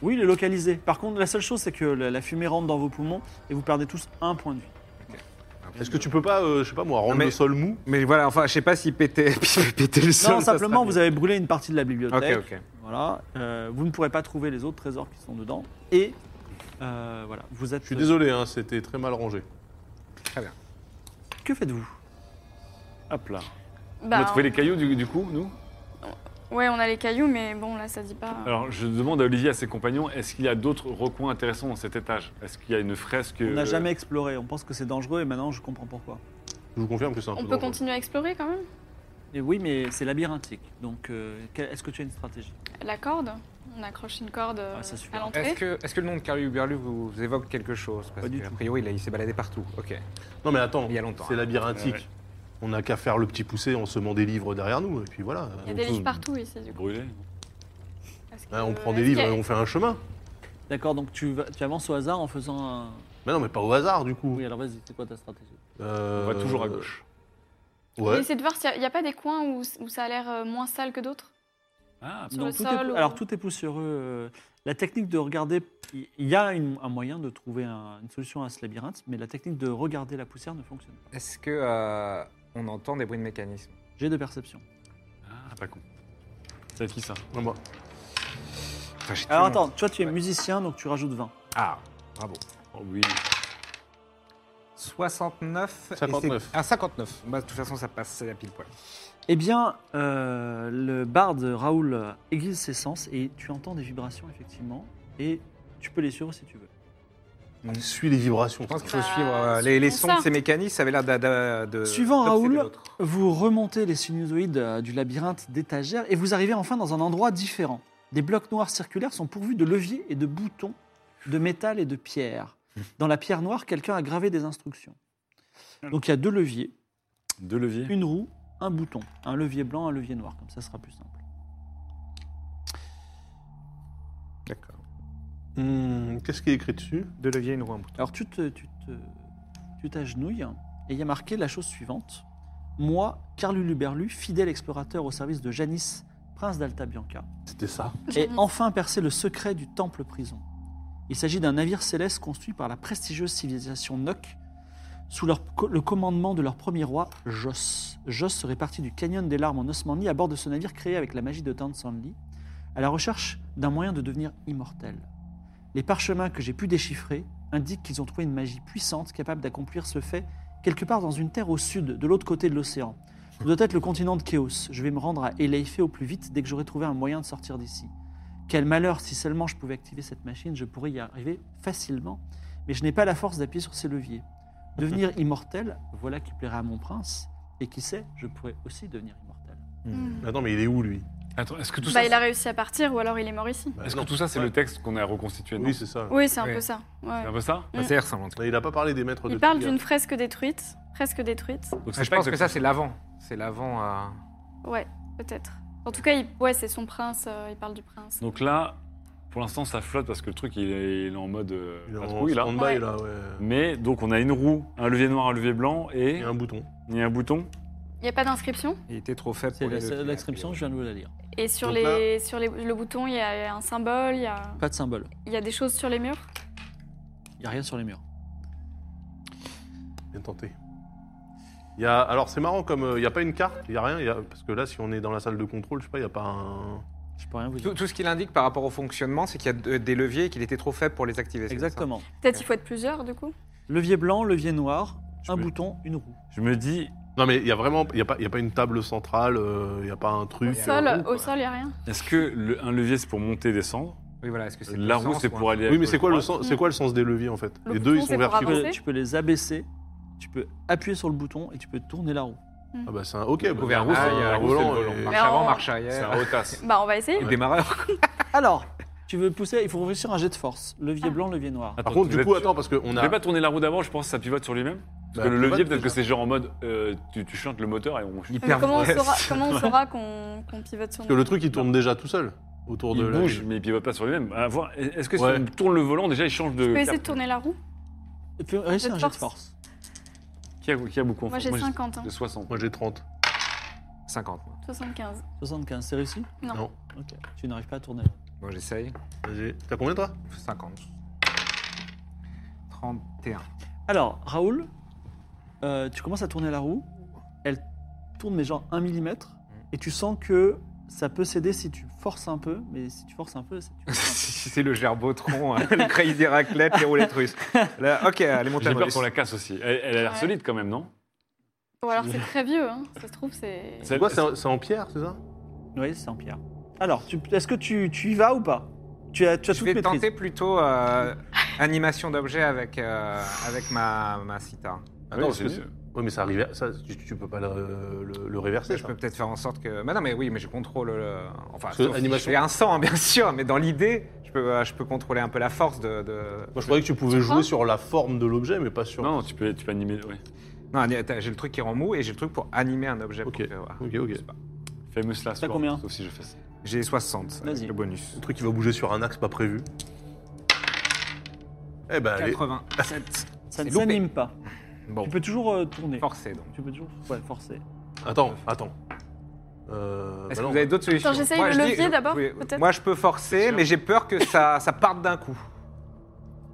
Oui, il est localisé. Par contre, la seule chose, c'est que la, la fumée rentre dans vos poumons et vous perdez tous un point de vie. Est-ce que tu peux pas, euh, je sais pas moi, rendre Mais- le sol mou Mais voilà, enfin, je sais pas s'il pétait, péter le sol. non, simplement, vous avez brûlé une partie de la bibliothèque. Ok, ok. Voilà. Euh, vous ne pourrez pas trouver les autres trésors qui sont dedans. Et euh, voilà, vous êtes. Je suis désolé, hein, c'était très mal rangé. Que faites-vous Hop là. on Bah, a trouvé les cailloux, du, du coup, nous Ouais, on a les cailloux, mais bon, là, ça dit pas. Alors, je demande à Olivier et à ses compagnons, est-ce qu'il y a d'autres recoins intéressants dans cet étage Est-ce qu'il y a une fresque On n'a euh, jamais exploré. On pense que c'est dangereux et maintenant, je comprends pourquoi. Je vous confirme que c'est un peu on peut dangereux. continuer à explorer quand même. Et oui, mais c'est labyrinthique. Donc, euh, que- est-ce que tu as une stratégie La corde. On accroche une corde euh, Ah, ça suffit. à Est-ce l'entrée. que, est-ce que le nom de Carlu Berlu vous évoque quelque chose Parce Pas du que, a tout. priori, il, a- il s'est baladé partout. Ok. Non mais attends, Il y a longtemps, c'est hein. labyrinthique. Ouais, ouais. On n'a qu'à faire le petit poussé en semant des livres derrière nous, et puis voilà. Il y a des Donc, livres partout ici, du coup. Brûlée Est-ce que- Hein, on prend des euh, est-ce livres qu'il y et a- on fait un chemin. D'accord, donc tu, vas- tu avances au hasard en faisant un. Mais non, mais pas au hasard du coup. Oui, alors vas-y, c'est quoi ta stratégie Euh, On va toujours à gauche. On Ouais. essaie de voir s'il n'y a, pas des coins où, où ça a l'air euh, moins sale que d'autres. Ah, Sur le tout sol est- ou- Alors tout est poussiéreux. euh, La technique de regarder, il il y a une- un moyen de trouver un- une solution à ce labyrinthe, mais la technique de regarder la poussière ne fonctionne pas. Est-ce que euh, on entend des bruits de mécanisme J'ai de perception. ah, pas con. C'est qui ça Non, moi. Enfin, j'ai Alors tellement- attends, toi tu es Ouais. musicien, donc tu rajoutes 20. Ah, bravo. Oh oui. 69. et 59. c'est- Ah, 59. Bah, de toute façon, ça passe, c'est la pile poil. Eh bien, euh, le barde Raoul euh, aiguise ses sens et tu entends des vibrations effectivement, et tu peux les suivre si tu veux. On suit les vibrations. Je pense qu'il faut Bah, suivre euh, les, les sons suivons de ça. ces mécanismes. Ça avait l'air d'a- d'a- de. Suivant Raoul, d'obséder l'autre. Vous remontez les sinusoïdes euh, du labyrinthe d'étagères et vous arrivez enfin dans un endroit différent. Des blocs noirs circulaires sont pourvus de leviers et de boutons, de métal et de pierre. Dans la pierre noire, quelqu'un a gravé des instructions. Donc il y a deux leviers, Deux leviers. une roue, un bouton, un levier blanc, un levier noir, comme ça ce sera plus simple. D'accord. Hmm, Qu'est-ce qui est écrit dessus Deux leviers, une roue, un bouton. Alors tu te, tu te- tu t'agenouilles et il y a marqué la chose suivante. Moi, Carl Luberlu, fidèle explorateur au service de Janis, prince d'Alta Bianca, C'était ça. et enfin percer le secret du temple prison. Il s'agit d'un navire céleste construit par la prestigieuse civilisation Nok sous leur co- le commandement de leur premier roi, Jos. Jos serait parti du canyon des larmes en Osmanie à bord de ce navire créé avec la magie de Tansanli, à la recherche d'un moyen de devenir immortel. Les parchemins que j'ai pu déchiffrer indiquent qu'ils ont trouvé une magie puissante capable d'accomplir ce fait quelque part dans une terre au sud, de l'autre côté de l'océan. Ce doit être le continent de Chaos. Je vais me rendre à Eleifé au plus vite dès que j'aurai trouvé un moyen de sortir d'ici. Quel malheur, si seulement je pouvais activer cette machine, je pourrais y arriver facilement. Mais je n'ai pas la force d'appuyer sur ces leviers. Devenir immortel, voilà qui plairait à mon prince. Et qui sait, je pourrais aussi devenir immortel. Hmm. Attends, Ah mais il est où lui Attends, est-ce que tout Bah, ça. il a réussi à partir ou alors il est mort ici. Bah, Est-ce que non. tout ça, c'est Ouais. le texte qu'on a reconstitué non Oui, c'est ça. Oui, c'est un Ouais. peu ça. ouais. C'est un peu ça Bah, Mm. ça y ressemble en tout cas. Mais Il a pas parlé des maîtres de Il parle Tiga. d'une fresque détruite. Presque détruite. Donc, Ah, c'est je pas pense que exactement- ça, c'est l'avant. euh, C'est l'avant à. Ouais, peut-être. En tout cas, il- ouais, c'est son prince, euh, il parle du prince. Donc là, pour l'instant, ça flotte parce que le truc, il est, il est en mode euh, hein. Il est en patrouille, là. stand-by, Ouais. là, ouais. Mais donc, on a une roue, un levier noir, un levier blanc Il et y a un bouton. il y a un bouton. Il n'y a pas d'inscription Il était trop faible C'est pour les la- deux, c'est a l'inscription, je priori. viens de vous la lire. Et sur, Donc les, sur les, le bouton, il y a un symbole, il y a, Pas de symbole. il y a des choses sur les murs. Il n'y a rien sur les murs. Bien tenté. Il y a, alors c'est marrant comme euh, il n'y a pas une carte, il n'y a rien, il y a- parce que là si on est dans la salle de contrôle, je sais pas, il n'y a pas un... Je peux rien vous Tout, dire. tout ce qu'il indique par rapport au fonctionnement, c'est qu'il y a de- des leviers et qu'il était trop faible pour les activer. c'est ça Exactement. Peut-être il faut être plusieurs, du coup. Levier blanc, levier noir, Je un peux- bouton, une roue. Je me dis, Non mais il n'y a vraiment il y a pas, il y a pas une table centrale, euh, il n'y a pas un Au truc... sol, euh, au sol, il n'y a rien. est-ce que le- un levier, c'est pour monter et descendre Oui, voilà. Est-ce que c'est La deux roue, sens c'est ou un- pour aller à Oui mais c'est quoi, le gauche, droite sens, c'est quoi le sens des leviers en fait euh, Le Les deux ils bouton, sont c'est pour Tu verticaux. peux, Ah, Avancer. tu peux les abaisser, tu peux appuyer sur le bouton et tu peux tourner la roue. Ah bah c'est un... Ok, bah, couvert. la roue, Ah, c'est il y a un la roue, volant. euh, c'est le volant. et- Marche Mais avant, on- marche C'est arrière. un rotasse. Bah, on va essayer. Et Démarreur. Alors, tu veux pousser, il faut ouvrir sur un jet de force. Ah. Levier blanc, levier noir. Par contre du coup attends parce qu'on On a... n'a pas tourné la roue d'abord, je pense que ça pivote sur lui-même. bah, Parce que le pivote, levier, peut-être que déjà. c'est genre en mode euh, tu, tu chantes le moteur et on. Mais comment on saura, comment on saura qu'on qu'on pivote sur Parce que le truc il tourne déjà tout seul autour de Il la- bouge, mais il pivote pas sur lui-même. À voir, Est-ce que si Ouais. on tourne le volant, déjà il change de. Je peux essayer de cap. tourner la roue Tu peux réussir Jet de un jet de force. force. Qui a, qui a beaucoup en Moi, force j'ai 50, hein. j'ai 60. Moi j'ai 30. 50. moi. 75. 75, c'est réussi Non. Non. Ok. Tu n'arrives pas à tourner. la roue. Bon, j'essaye. Vas-y. T'as combien toi 50. 31. Alors, Raoul, euh, tu commences à tourner la roue. Elle tourne, mais genre 1 mm. Et tu sens que ça peut céder si tu forces un peu. Mais si tu forces un peu, c'est- tu forces c'est le gerbotron, hein, le crazy raclette, les roulettes russes. Là, ok, allez, montez J'ai à peur Maurice. pour la casse aussi. Elle, elle a l'air Ouais. solide quand même, non Ou alors, c'est très vieux, hein. Ça se trouve, c'est. C'est quoi C'est en- c'est en pierre, c'est ça un peu. Oui, c'est en pierre. Alors, tu- est-ce que tu, tu y vas ou pas tu as, tu as Je toute vais maîtrise. tenter plutôt euh, animation d'objet avec, euh, avec ma, ma sitar. Oui, Attends, c'est parce que- mieux. Ouais, mais ça arrive. à- Ça, tu, tu peux pas le, le- le réverser. Je ça. peux peut-être faire en sorte que. Mais non, mais oui, mais je contrôle. le- Enfin, Parce que sauf si animation- je fais un sang, hein, bien sûr, mais dans l'idée, je peux, euh, je peux contrôler un peu la force de. de- Moi, je croyais que tu pouvais crois jouer sur la forme de l'objet, mais pas sur. Non, non, tu peux, tu peux animer. Ouais. Non, attends, j'ai le truc qui rend mou et j'ai le truc pour animer un objet. pour Ok, faire- voilà. ok, ok. Je sais pas. Famous last T'as word, combien Sauf si je fais ça. Euh, J'ai 60, avec Vas-y. le bonus. Le truc qui va bouger sur un axe pas prévu. Eh ben, allez. 87. Ça ne C'est loupé. s'anime pas. Bon, Tu peux toujours euh, tourner. forcé donc. Tu peux toujours ouais, forcer. Attends, attends. Euh, Est-ce bah que non. vous avez d'autres solutions Attends, j'essaye le je dis- euh, levier d'abord, oui, peut-être Moi, je peux forcer, mais j'ai peur que ça, ça parte d'un coup.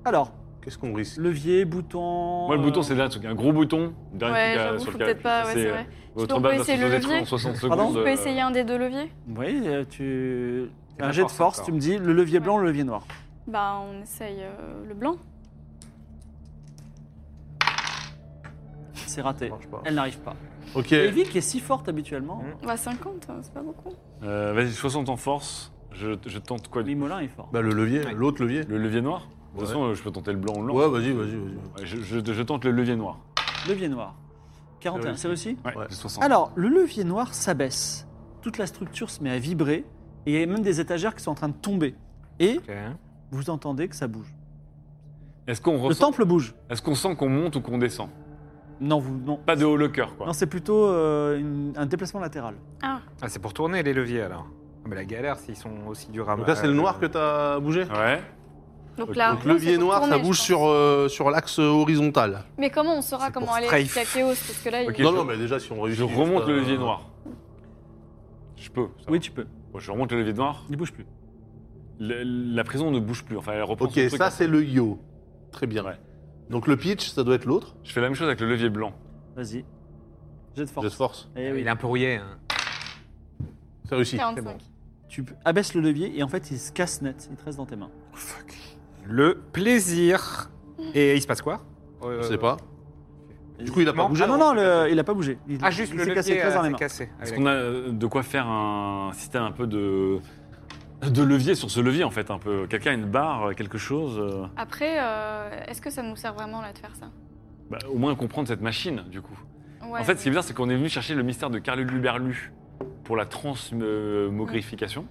Alors, Qu'est-ce qu'on risque levier, bouton. Moi, le euh, bouton, c'est le dernier truc. Un gros bouton. Dernier Ouais, truc à- j'avoue, sur faut lequel peut-être pas. Ouais, appuyer. c'est vrai. euh, Votre Donc, on peut base va essayer se le poser levier. en 60 secondes. euh, Pardon On peut essayer un des deux leviers Oui, euh, tu. C'est Un la jet de force force, encore. tu me dis le levier blanc, le levier noir. Bah, on essaye euh, le blanc. C'est raté. marche pas. Elle n'arrive pas. Ok. Evie, qui est si forte habituellement, Mhm. Mm. Bah, 50, hein, c'est pas beaucoup. Euh, Vas-y, 60 en force. Je, je tente quoi Limolin est fort. Bah, le levier, Ouais. l'autre levier. Le levier noir De Ouais. toute façon, euh, je peux tenter le blanc ou le Ouais, noir. vas-y, vas-y, vas-y. Ouais, Je, je- je tente le levier noir. Levier noir. 41, c'est réussi Ouais, Ouais. j'ai 60. Alors, le levier noir s'abaisse. Toute la structure se met à vibrer. Et il y a même des étagères qui sont en train de tomber. Et vous entendez que ça bouge. Est-ce qu'on Le ressent- temple bouge. est-ce qu'on sent qu'on monte ou qu'on descend Non, vous. Non. Pas de haut le cœur, quoi. Non, c'est plutôt euh, une- un déplacement latéral. Ah, Ah, c'est pour tourner les leviers alors. Ah, mais la galère s'ils sont aussi durs à euh, Donc là, c'est le noir que t'as bougé Ouais. donc Ok. là. Donc, levier noir, ça bouge sur, euh, sur l'axe horizontal. Mais comment on saura C'est pour comment aller strafe. avec la chaos Parce que là, il- Ok. Non, je- non, mais déjà, si on réussit. Je remonte juste, le euh, levier noir. Je peux. ça Oui, va. tu peux. Bon, je remonte le levier noir. Il bouge plus. La, la prison ne bouge plus. Enfin, elle reprend Ok, son truc. hein. ça, c'est le yo. Très bien. Ouais. Donc, le pitch, ça doit être l'autre. Je fais la même chose avec le levier blanc. Ah, Vas-y. Jet de J'ai de force. force. Eh oui. Il est un peu rouillé. hein. C'est réussi. 45. Tu abaisses le levier et en fait il se casse net, il te reste dans tes mains. Le plaisir. Et il se passe quoi Euh, Je sais pas. Du coup, il a pas Non. bougé. Ah non, non, le- il a pas bougé. Il, Ah, juste il le s'est levier cassé, il te reste dans euh, les s'est mains. cassé. Ah, Est-ce oui, qu'on a euh, de quoi faire un système un peu de de levier sur ce levier en fait un peu quelqu'un a une barre quelque chose euh, Après, euh, est-ce que ça nous sert vraiment là de faire ça bah, au moins comprendre cette machine du coup Ouais. en fait ce qui est bizarre c'est qu'on est venu chercher le mystère de Carl Luberlu pour la transmogrification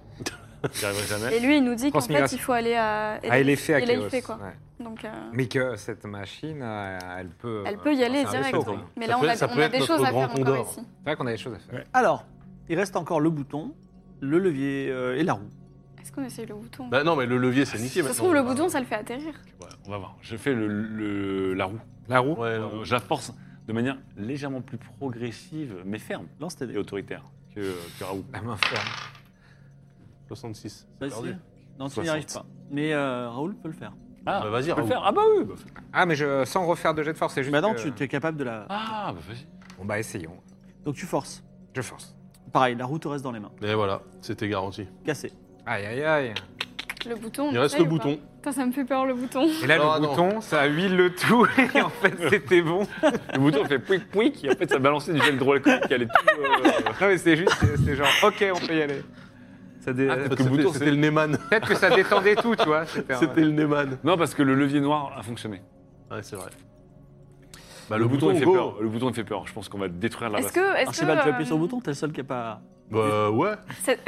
j'y arriverai Et jamais lui, il nous dit qu'en fait, Transmigration. il faut aller à. Ah, il est fait à Il est Chaos, fait, quoi. ouais. Donc, euh, Mais que cette machine, euh, elle peut. euh, elle peut y aller c'est un direct. vaisseau, quoi. Mais Ça là, on peut- a, ça on peut a être des notre choses à grand hein. faire encore Condor. ici. C'est vrai qu'on a des choses à faire. Alors, Il reste encore le bouton, le levier euh, et la roue. Est-ce qu'on essaye le bouton Bah non, mais le levier, c'est Ça niqué se maintenant. trouve, le bouton, ça le fait atterrir. Ouais, on va voir. Je fais le, le- la roue. La roue Ouais, non. Euh, je la force de manière légèrement plus progressive, mais ferme Lance tes et dés. autoritaire que, euh, que Raoult. La main ferme. 66. c'est perdu. Vas-y. Non, tu n'y arrives pas. Mais euh, Raoul peut le faire. Ah, bah tu vas-y, peux le Raoult. faire Ah bah oui bah, Ah, mais je, sans refaire de jet de force, c'est juste. Maintenant, que- tu tu es capable de la. Ah, bah vas-y. Bon, bah, essayons. Donc tu forces. Je force. Pareil, la roue te reste dans les mains. Et voilà, c'était garanti. Cassé. Aïe, aïe, aïe. Le bouton. on Il reste essaye le ou pas bouton. Putain, Hum, ça me fait peur, le bouton. Et là, Ah, le non. bouton, ça huile le tout. Et en fait, c'était bon. Le bouton fait pouic pouic et en fait ça balançait du gel hydroalcoolique qui allait tout. euh, Non, mais c'est juste, c'est c'est genre, ok, on peut y aller. Ça dé- Ah, peut-être C'était que bouton, c'était c'est- le Neyman. Peut-être que ça détendait tout, tu vois. C'était un- C'était le Neyman. Non, parce que le levier noir a fonctionné. Ouais, c'est vrai. Bah, Ah, le bouton, il fait go. peur. Le bouton il fait peur. Je pense qu'on va détruire la Est-ce base. que. euh, Est Archibald, tu appuies sur le bouton, t'es le seul qui a pas. Bah ouais. Cette,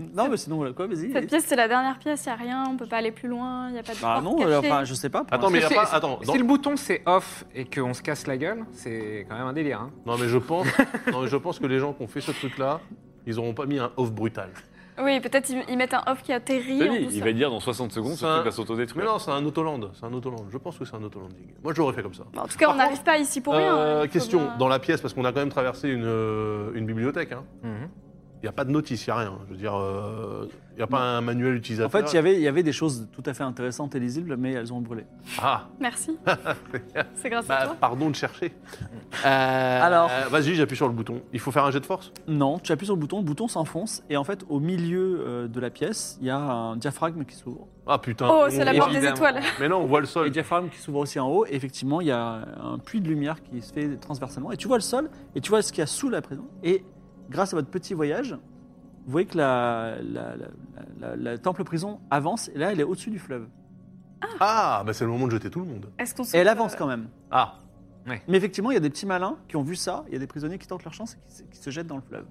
Non, mais sinon, voilà quoi, vas-y. cette pièce, c'est la dernière pièce, il a rien, on peut pas aller plus loin, il a pas de. Bah porte non, cachée. euh, enfin, je sais pas. pour Attends, mais y a Si- pas. si- Attends. Si dans- le bouton c'est off et qu'on se casse la gueule, c'est quand même un délire. Hein. Non, mais je pense. non, mais je pense que les gens qui ont fait ce truc-là, ils auront pas mis un off brutal. Oui, peut-être ils, ils mettent un off qui atterrit. en T'as dit, douceur. il va dire dans 60 secondes ce Ça- truc va Mais s'autodétruire. non, c'est un Autoland. C'est un Autoland. Je pense que c'est un Autolanding. Moi, j'aurais fait comme ça. Bon, en tout cas, Par on n'arrive pas ici pour rien. Euh, hein, il faut question, bien- dans la pièce, parce qu'on a quand même traversé une, euh, une bibliothèque. hein. Il n'y a pas de notice, il n'y a rien. hein. Je veux dire, euh, il n'y a pas un manuel En utilisateur. fait, il y avait- il y avait des choses tout à fait intéressantes et lisibles, mais elles ont brûlé. Ah, Merci. c'est grâce à bah, toi. pardon de chercher. Alors. Euh, Vas-y, j'appuie sur le bouton. Il faut faire un jet de force Non, tu appuies sur le bouton, le bouton s'enfonce, et en fait, au milieu euh, de la pièce, il y a un diaphragme qui s'ouvre. Ah putain. Oh, on- c'est la on- porte des évidemment. étoiles. Mais non, on voit le Et le sol. diaphragme qui s'ouvre aussi en haut, et effectivement, il y a un puits de lumière qui se fait transversalement, et tu vois le sol, et tu vois ce qu'il y a sous la prison. Et grâce à votre petit voyage, vous voyez que la, la, la- la- la- la temple-prison avance, et là, elle est au-dessus du fleuve. Ah, bah c'est le moment de jeter tout le monde. Est-ce qu'on se- Et elle avance quand même. Ah, Mais effectivement, il y a des petits malins qui ont vu ça, il y a des prisonniers qui tentent leur chance et qui se, qui se jettent dans le fleuve.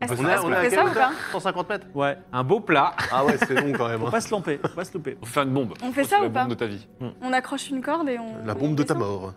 Est-ce on qu'on est est-ce on est qu'on à fait quelle ça ou hauteur pas 150 mètres Ouais, Un beau plat. Ah ouais, c'est long quand même. faut hein. pas se lamper, faut pas se louper. On fait une bombe. On fait Oh, ça c'est ou La pas bombe de ta vie. On accroche une corde et on. La on bombe de ta descend mort.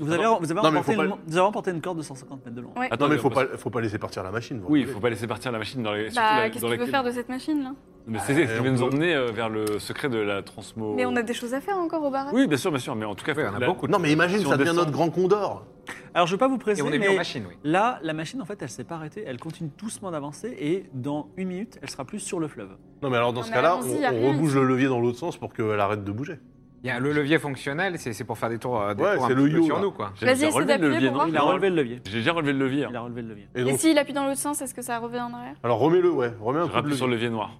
Vous avez, vous avez, Non, mais emporté, faut une- pas- vous avez emporté une corde de 150 mètres de long. Ouais. Non, mais on faut passe- pas, faut pas laisser partir la machine. vous Oui, il voyez. faut pas laisser partir la machine dans les. surtout Bah, la- qu'est-ce dans qu'il laquelle- veut faire de cette machine là Mais c'est c'est ce Euh, qui on va nous peut- emmener euh, vers le secret de la Oh. transmo. Mais on a des choses à faire encore au barrage. Oui, bien sûr, bien sûr. Mais en tout cas, Oui, on a la- beaucoup de Non, mais imagine, Si on ça devient descend- notre grand condor. Alors, je vais pas vous presser, Et on est mais bien en machine, oui. là, la machine, en fait, elle s'est pas arrêtée. Elle continue doucement d'avancer et dans une minute, elle sera plus sur le fleuve. Non, mais alors dans Non, ce mais cas-là, on, allons-y, y a on rien rebouge ici. le levier dans l'autre sens pour qu'elle arrête de bouger. Il y a le levier fonctionnel, c'est c'est pour faire des tours, euh, des Ouais, tours un c'est petit le peu yo, sur là. nous, quoi. J'ai Vas-y, déjà essaie relevé le d'appuyer levier, pour non voir. Il a relevé le levier. J'ai déjà relevé le levier. hein. Il a relevé le levier. Et Et donc, s'il appuie dans l'autre sens, est-ce que ça revient en arrière alors remets-le, ouais, remets un Je coup de rappuie sur levier. le levier noir.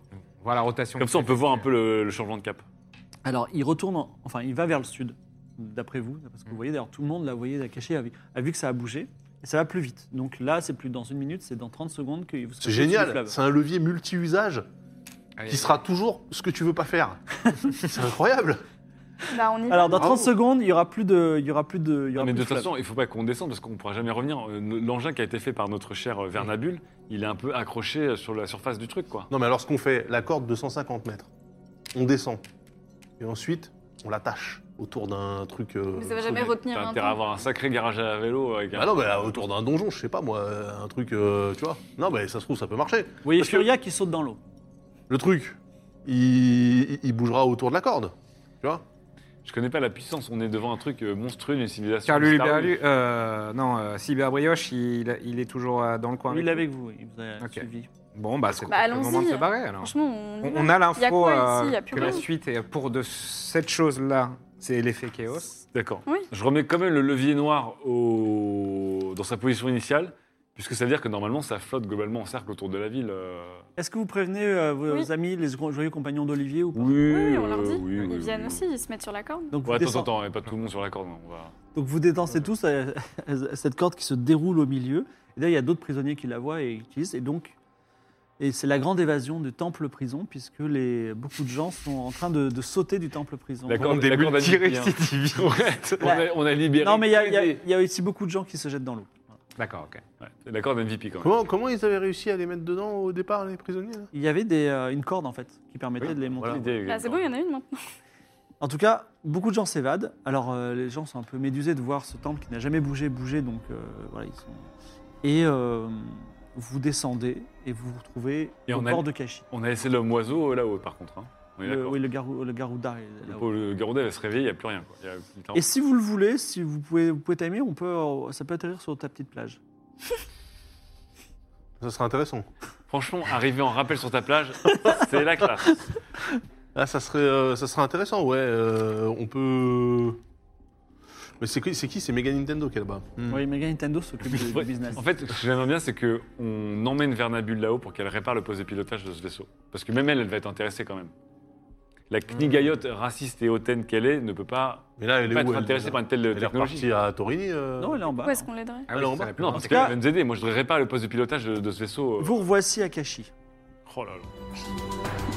Voilà, rotation. Comme ça, on peut voir un peu le, le changement de cap. Alors, il retourne, en- enfin, il va vers le sud, d'après vous, parce que vous voyez, d'ailleurs, tout le monde l'a voyé, l'a caché, a vu, a vu que ça a bougé, et ça va plus vite. Donc là, c'est plus dans une minute, c'est dans 30 secondes que vous serez C'est au-dessus du génial, fleuve. c'est un levier multi-usage qui sera toujours ce que tu veux pas faire. c'est incroyable. Bah, on y va. Alors, dans Bravo. 30 secondes, il y aura plus de, il y aura plus de, il y aura mais plus de de toute fleuve. façon, il faut pas qu'on descende parce qu'on ne pourra jamais revenir. Euh, L'engin qui a été fait par notre cher euh, Vernabule, il est un peu accroché euh, sur la surface du truc, quoi. Non, mais alors ce qu'on fait, la corde de 150 mètres, on descend. Et ensuite, on l'attache autour d'un truc. euh, Mais ça va jamais T'as retenir un intérêt à temps. avoir un sacré garage à vélo avec un. Bah non, mais euh, autour d'un donjon, je sais pas moi, euh, un truc, euh, tu vois. Non, mais ça se trouve, ça peut marcher. Vous voyez Parce que- Furia qui saute dans l'eau. Le truc, il, il- il bougera autour de la corde, tu vois. Je connais pas la puissance, on est devant un truc euh, monstrueux, une civilisation. Carlu Star Wars. Berlu, bah, euh, non, euh, Cyberbrioche, il, il est toujours euh, dans le coin. Lui, il est avec avec vous, il vous a Ok. suivi. nous. Bon, bah, c'est Bah, peut-être le allons-y. moment de se barrer, alors. Franchement, on. y On, va. on a Y a l'info quoi ici euh, Y a plus que la rien. suite est pour de cette chose-là, c'est l'effet chaos. D'accord. Oui. Je remets quand même le levier noir au... dans sa position initiale, puisque ça veut dire que normalement ça flotte globalement en cercle autour de la ville. euh. Est-ce que vous prévenez euh, vos Oui. amis, les gro- joyeux compagnons d'Olivier ou pas Oui, Oui, on euh, leur dit. oui, oui, Ils oui, viennent oui. aussi, ils se mettent sur la corde. Donc, Ouais, vous attends, descendez- attends, et pas tout le monde sur la corde. non, On va... donc vous détensez tous à, à cette corde qui se déroule au milieu. Et là, il y a d'autres prisonniers qui la voient et qui utilisent. Et donc, et c'est la grande évasion du temple-prison, puisque les, beaucoup de gens sont en train de, de sauter du temple-prison. La corde, des la corde a multi- niqué, hein. Ouais, on, a, on a libéré. Non, mais il y, a- tous il y a- les- il y a aussi beaucoup de gens qui se jettent dans l'eau. D'accord, ok. Ouais, la corde MVP quand même. Comment, comment ils avaient réussi à les mettre dedans au départ, les prisonniers là Il y avait des, euh, une corde, en fait, qui permettait de les monter. Voilà. L'idée, Ah, c'est beau, il y en a une maintenant. En tout cas, beaucoup de gens s'évadent. Alors, euh, les gens sont un peu médusés de voir ce temple qui n'a jamais bougé, bougé. Donc, euh, voilà, ils sont. Et euh, vous descendez et vous vous retrouvez Et au on a- port de Kashi. On a laissé l'homme oiseau euh, là-haut, par contre. hein. On est Le- d'accord. oui, le, garou, le Garuda est Le là-haut. pauvre- Le Garouda, elle se réveille, il n'y a plus rien. Quoi. Il y a- littéralement- Et si vous le voulez, si vous pouvez, vous pouvez timer, on peut, euh, ça peut atterrir sur ta petite plage. Ça serait intéressant. Franchement, arriver en rappel sur ta plage, c'est la classe. Ah, ça serait, euh, ça serait intéressant, ouais. euh, on peut. Mais c'est qui C'est qui C'est Mega Nintendo qui est là-bas. Oui, Mega Nintendo s'occupe du- du Ouais. business. En fait, ce que j'aimerais bien, c'est qu'on emmène Vernabule là-haut pour qu'elle répare le poste de pilotage de ce vaisseau. Parce que même elle, elle va être intéressée quand même. La knigayotte raciste et hautaine qu'elle est ne peut pas, Mais là, Hmm. elle pas est où être elle, intéressée déjà par une telle Elle est technologie. repartie à Torini. euh, non, elle est en bas. Où est-ce qu'on l'aiderait Ah oui, Alors, c'est on va- la plus Non, grande. parce qu'elle va nous aider. Moi, je répare le poste de pilotage de, de ce vaisseau. euh. Vous revoici Akashi. Oh là là.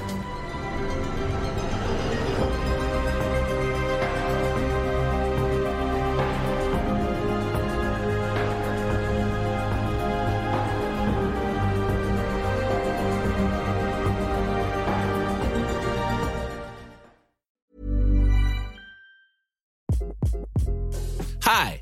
Hi,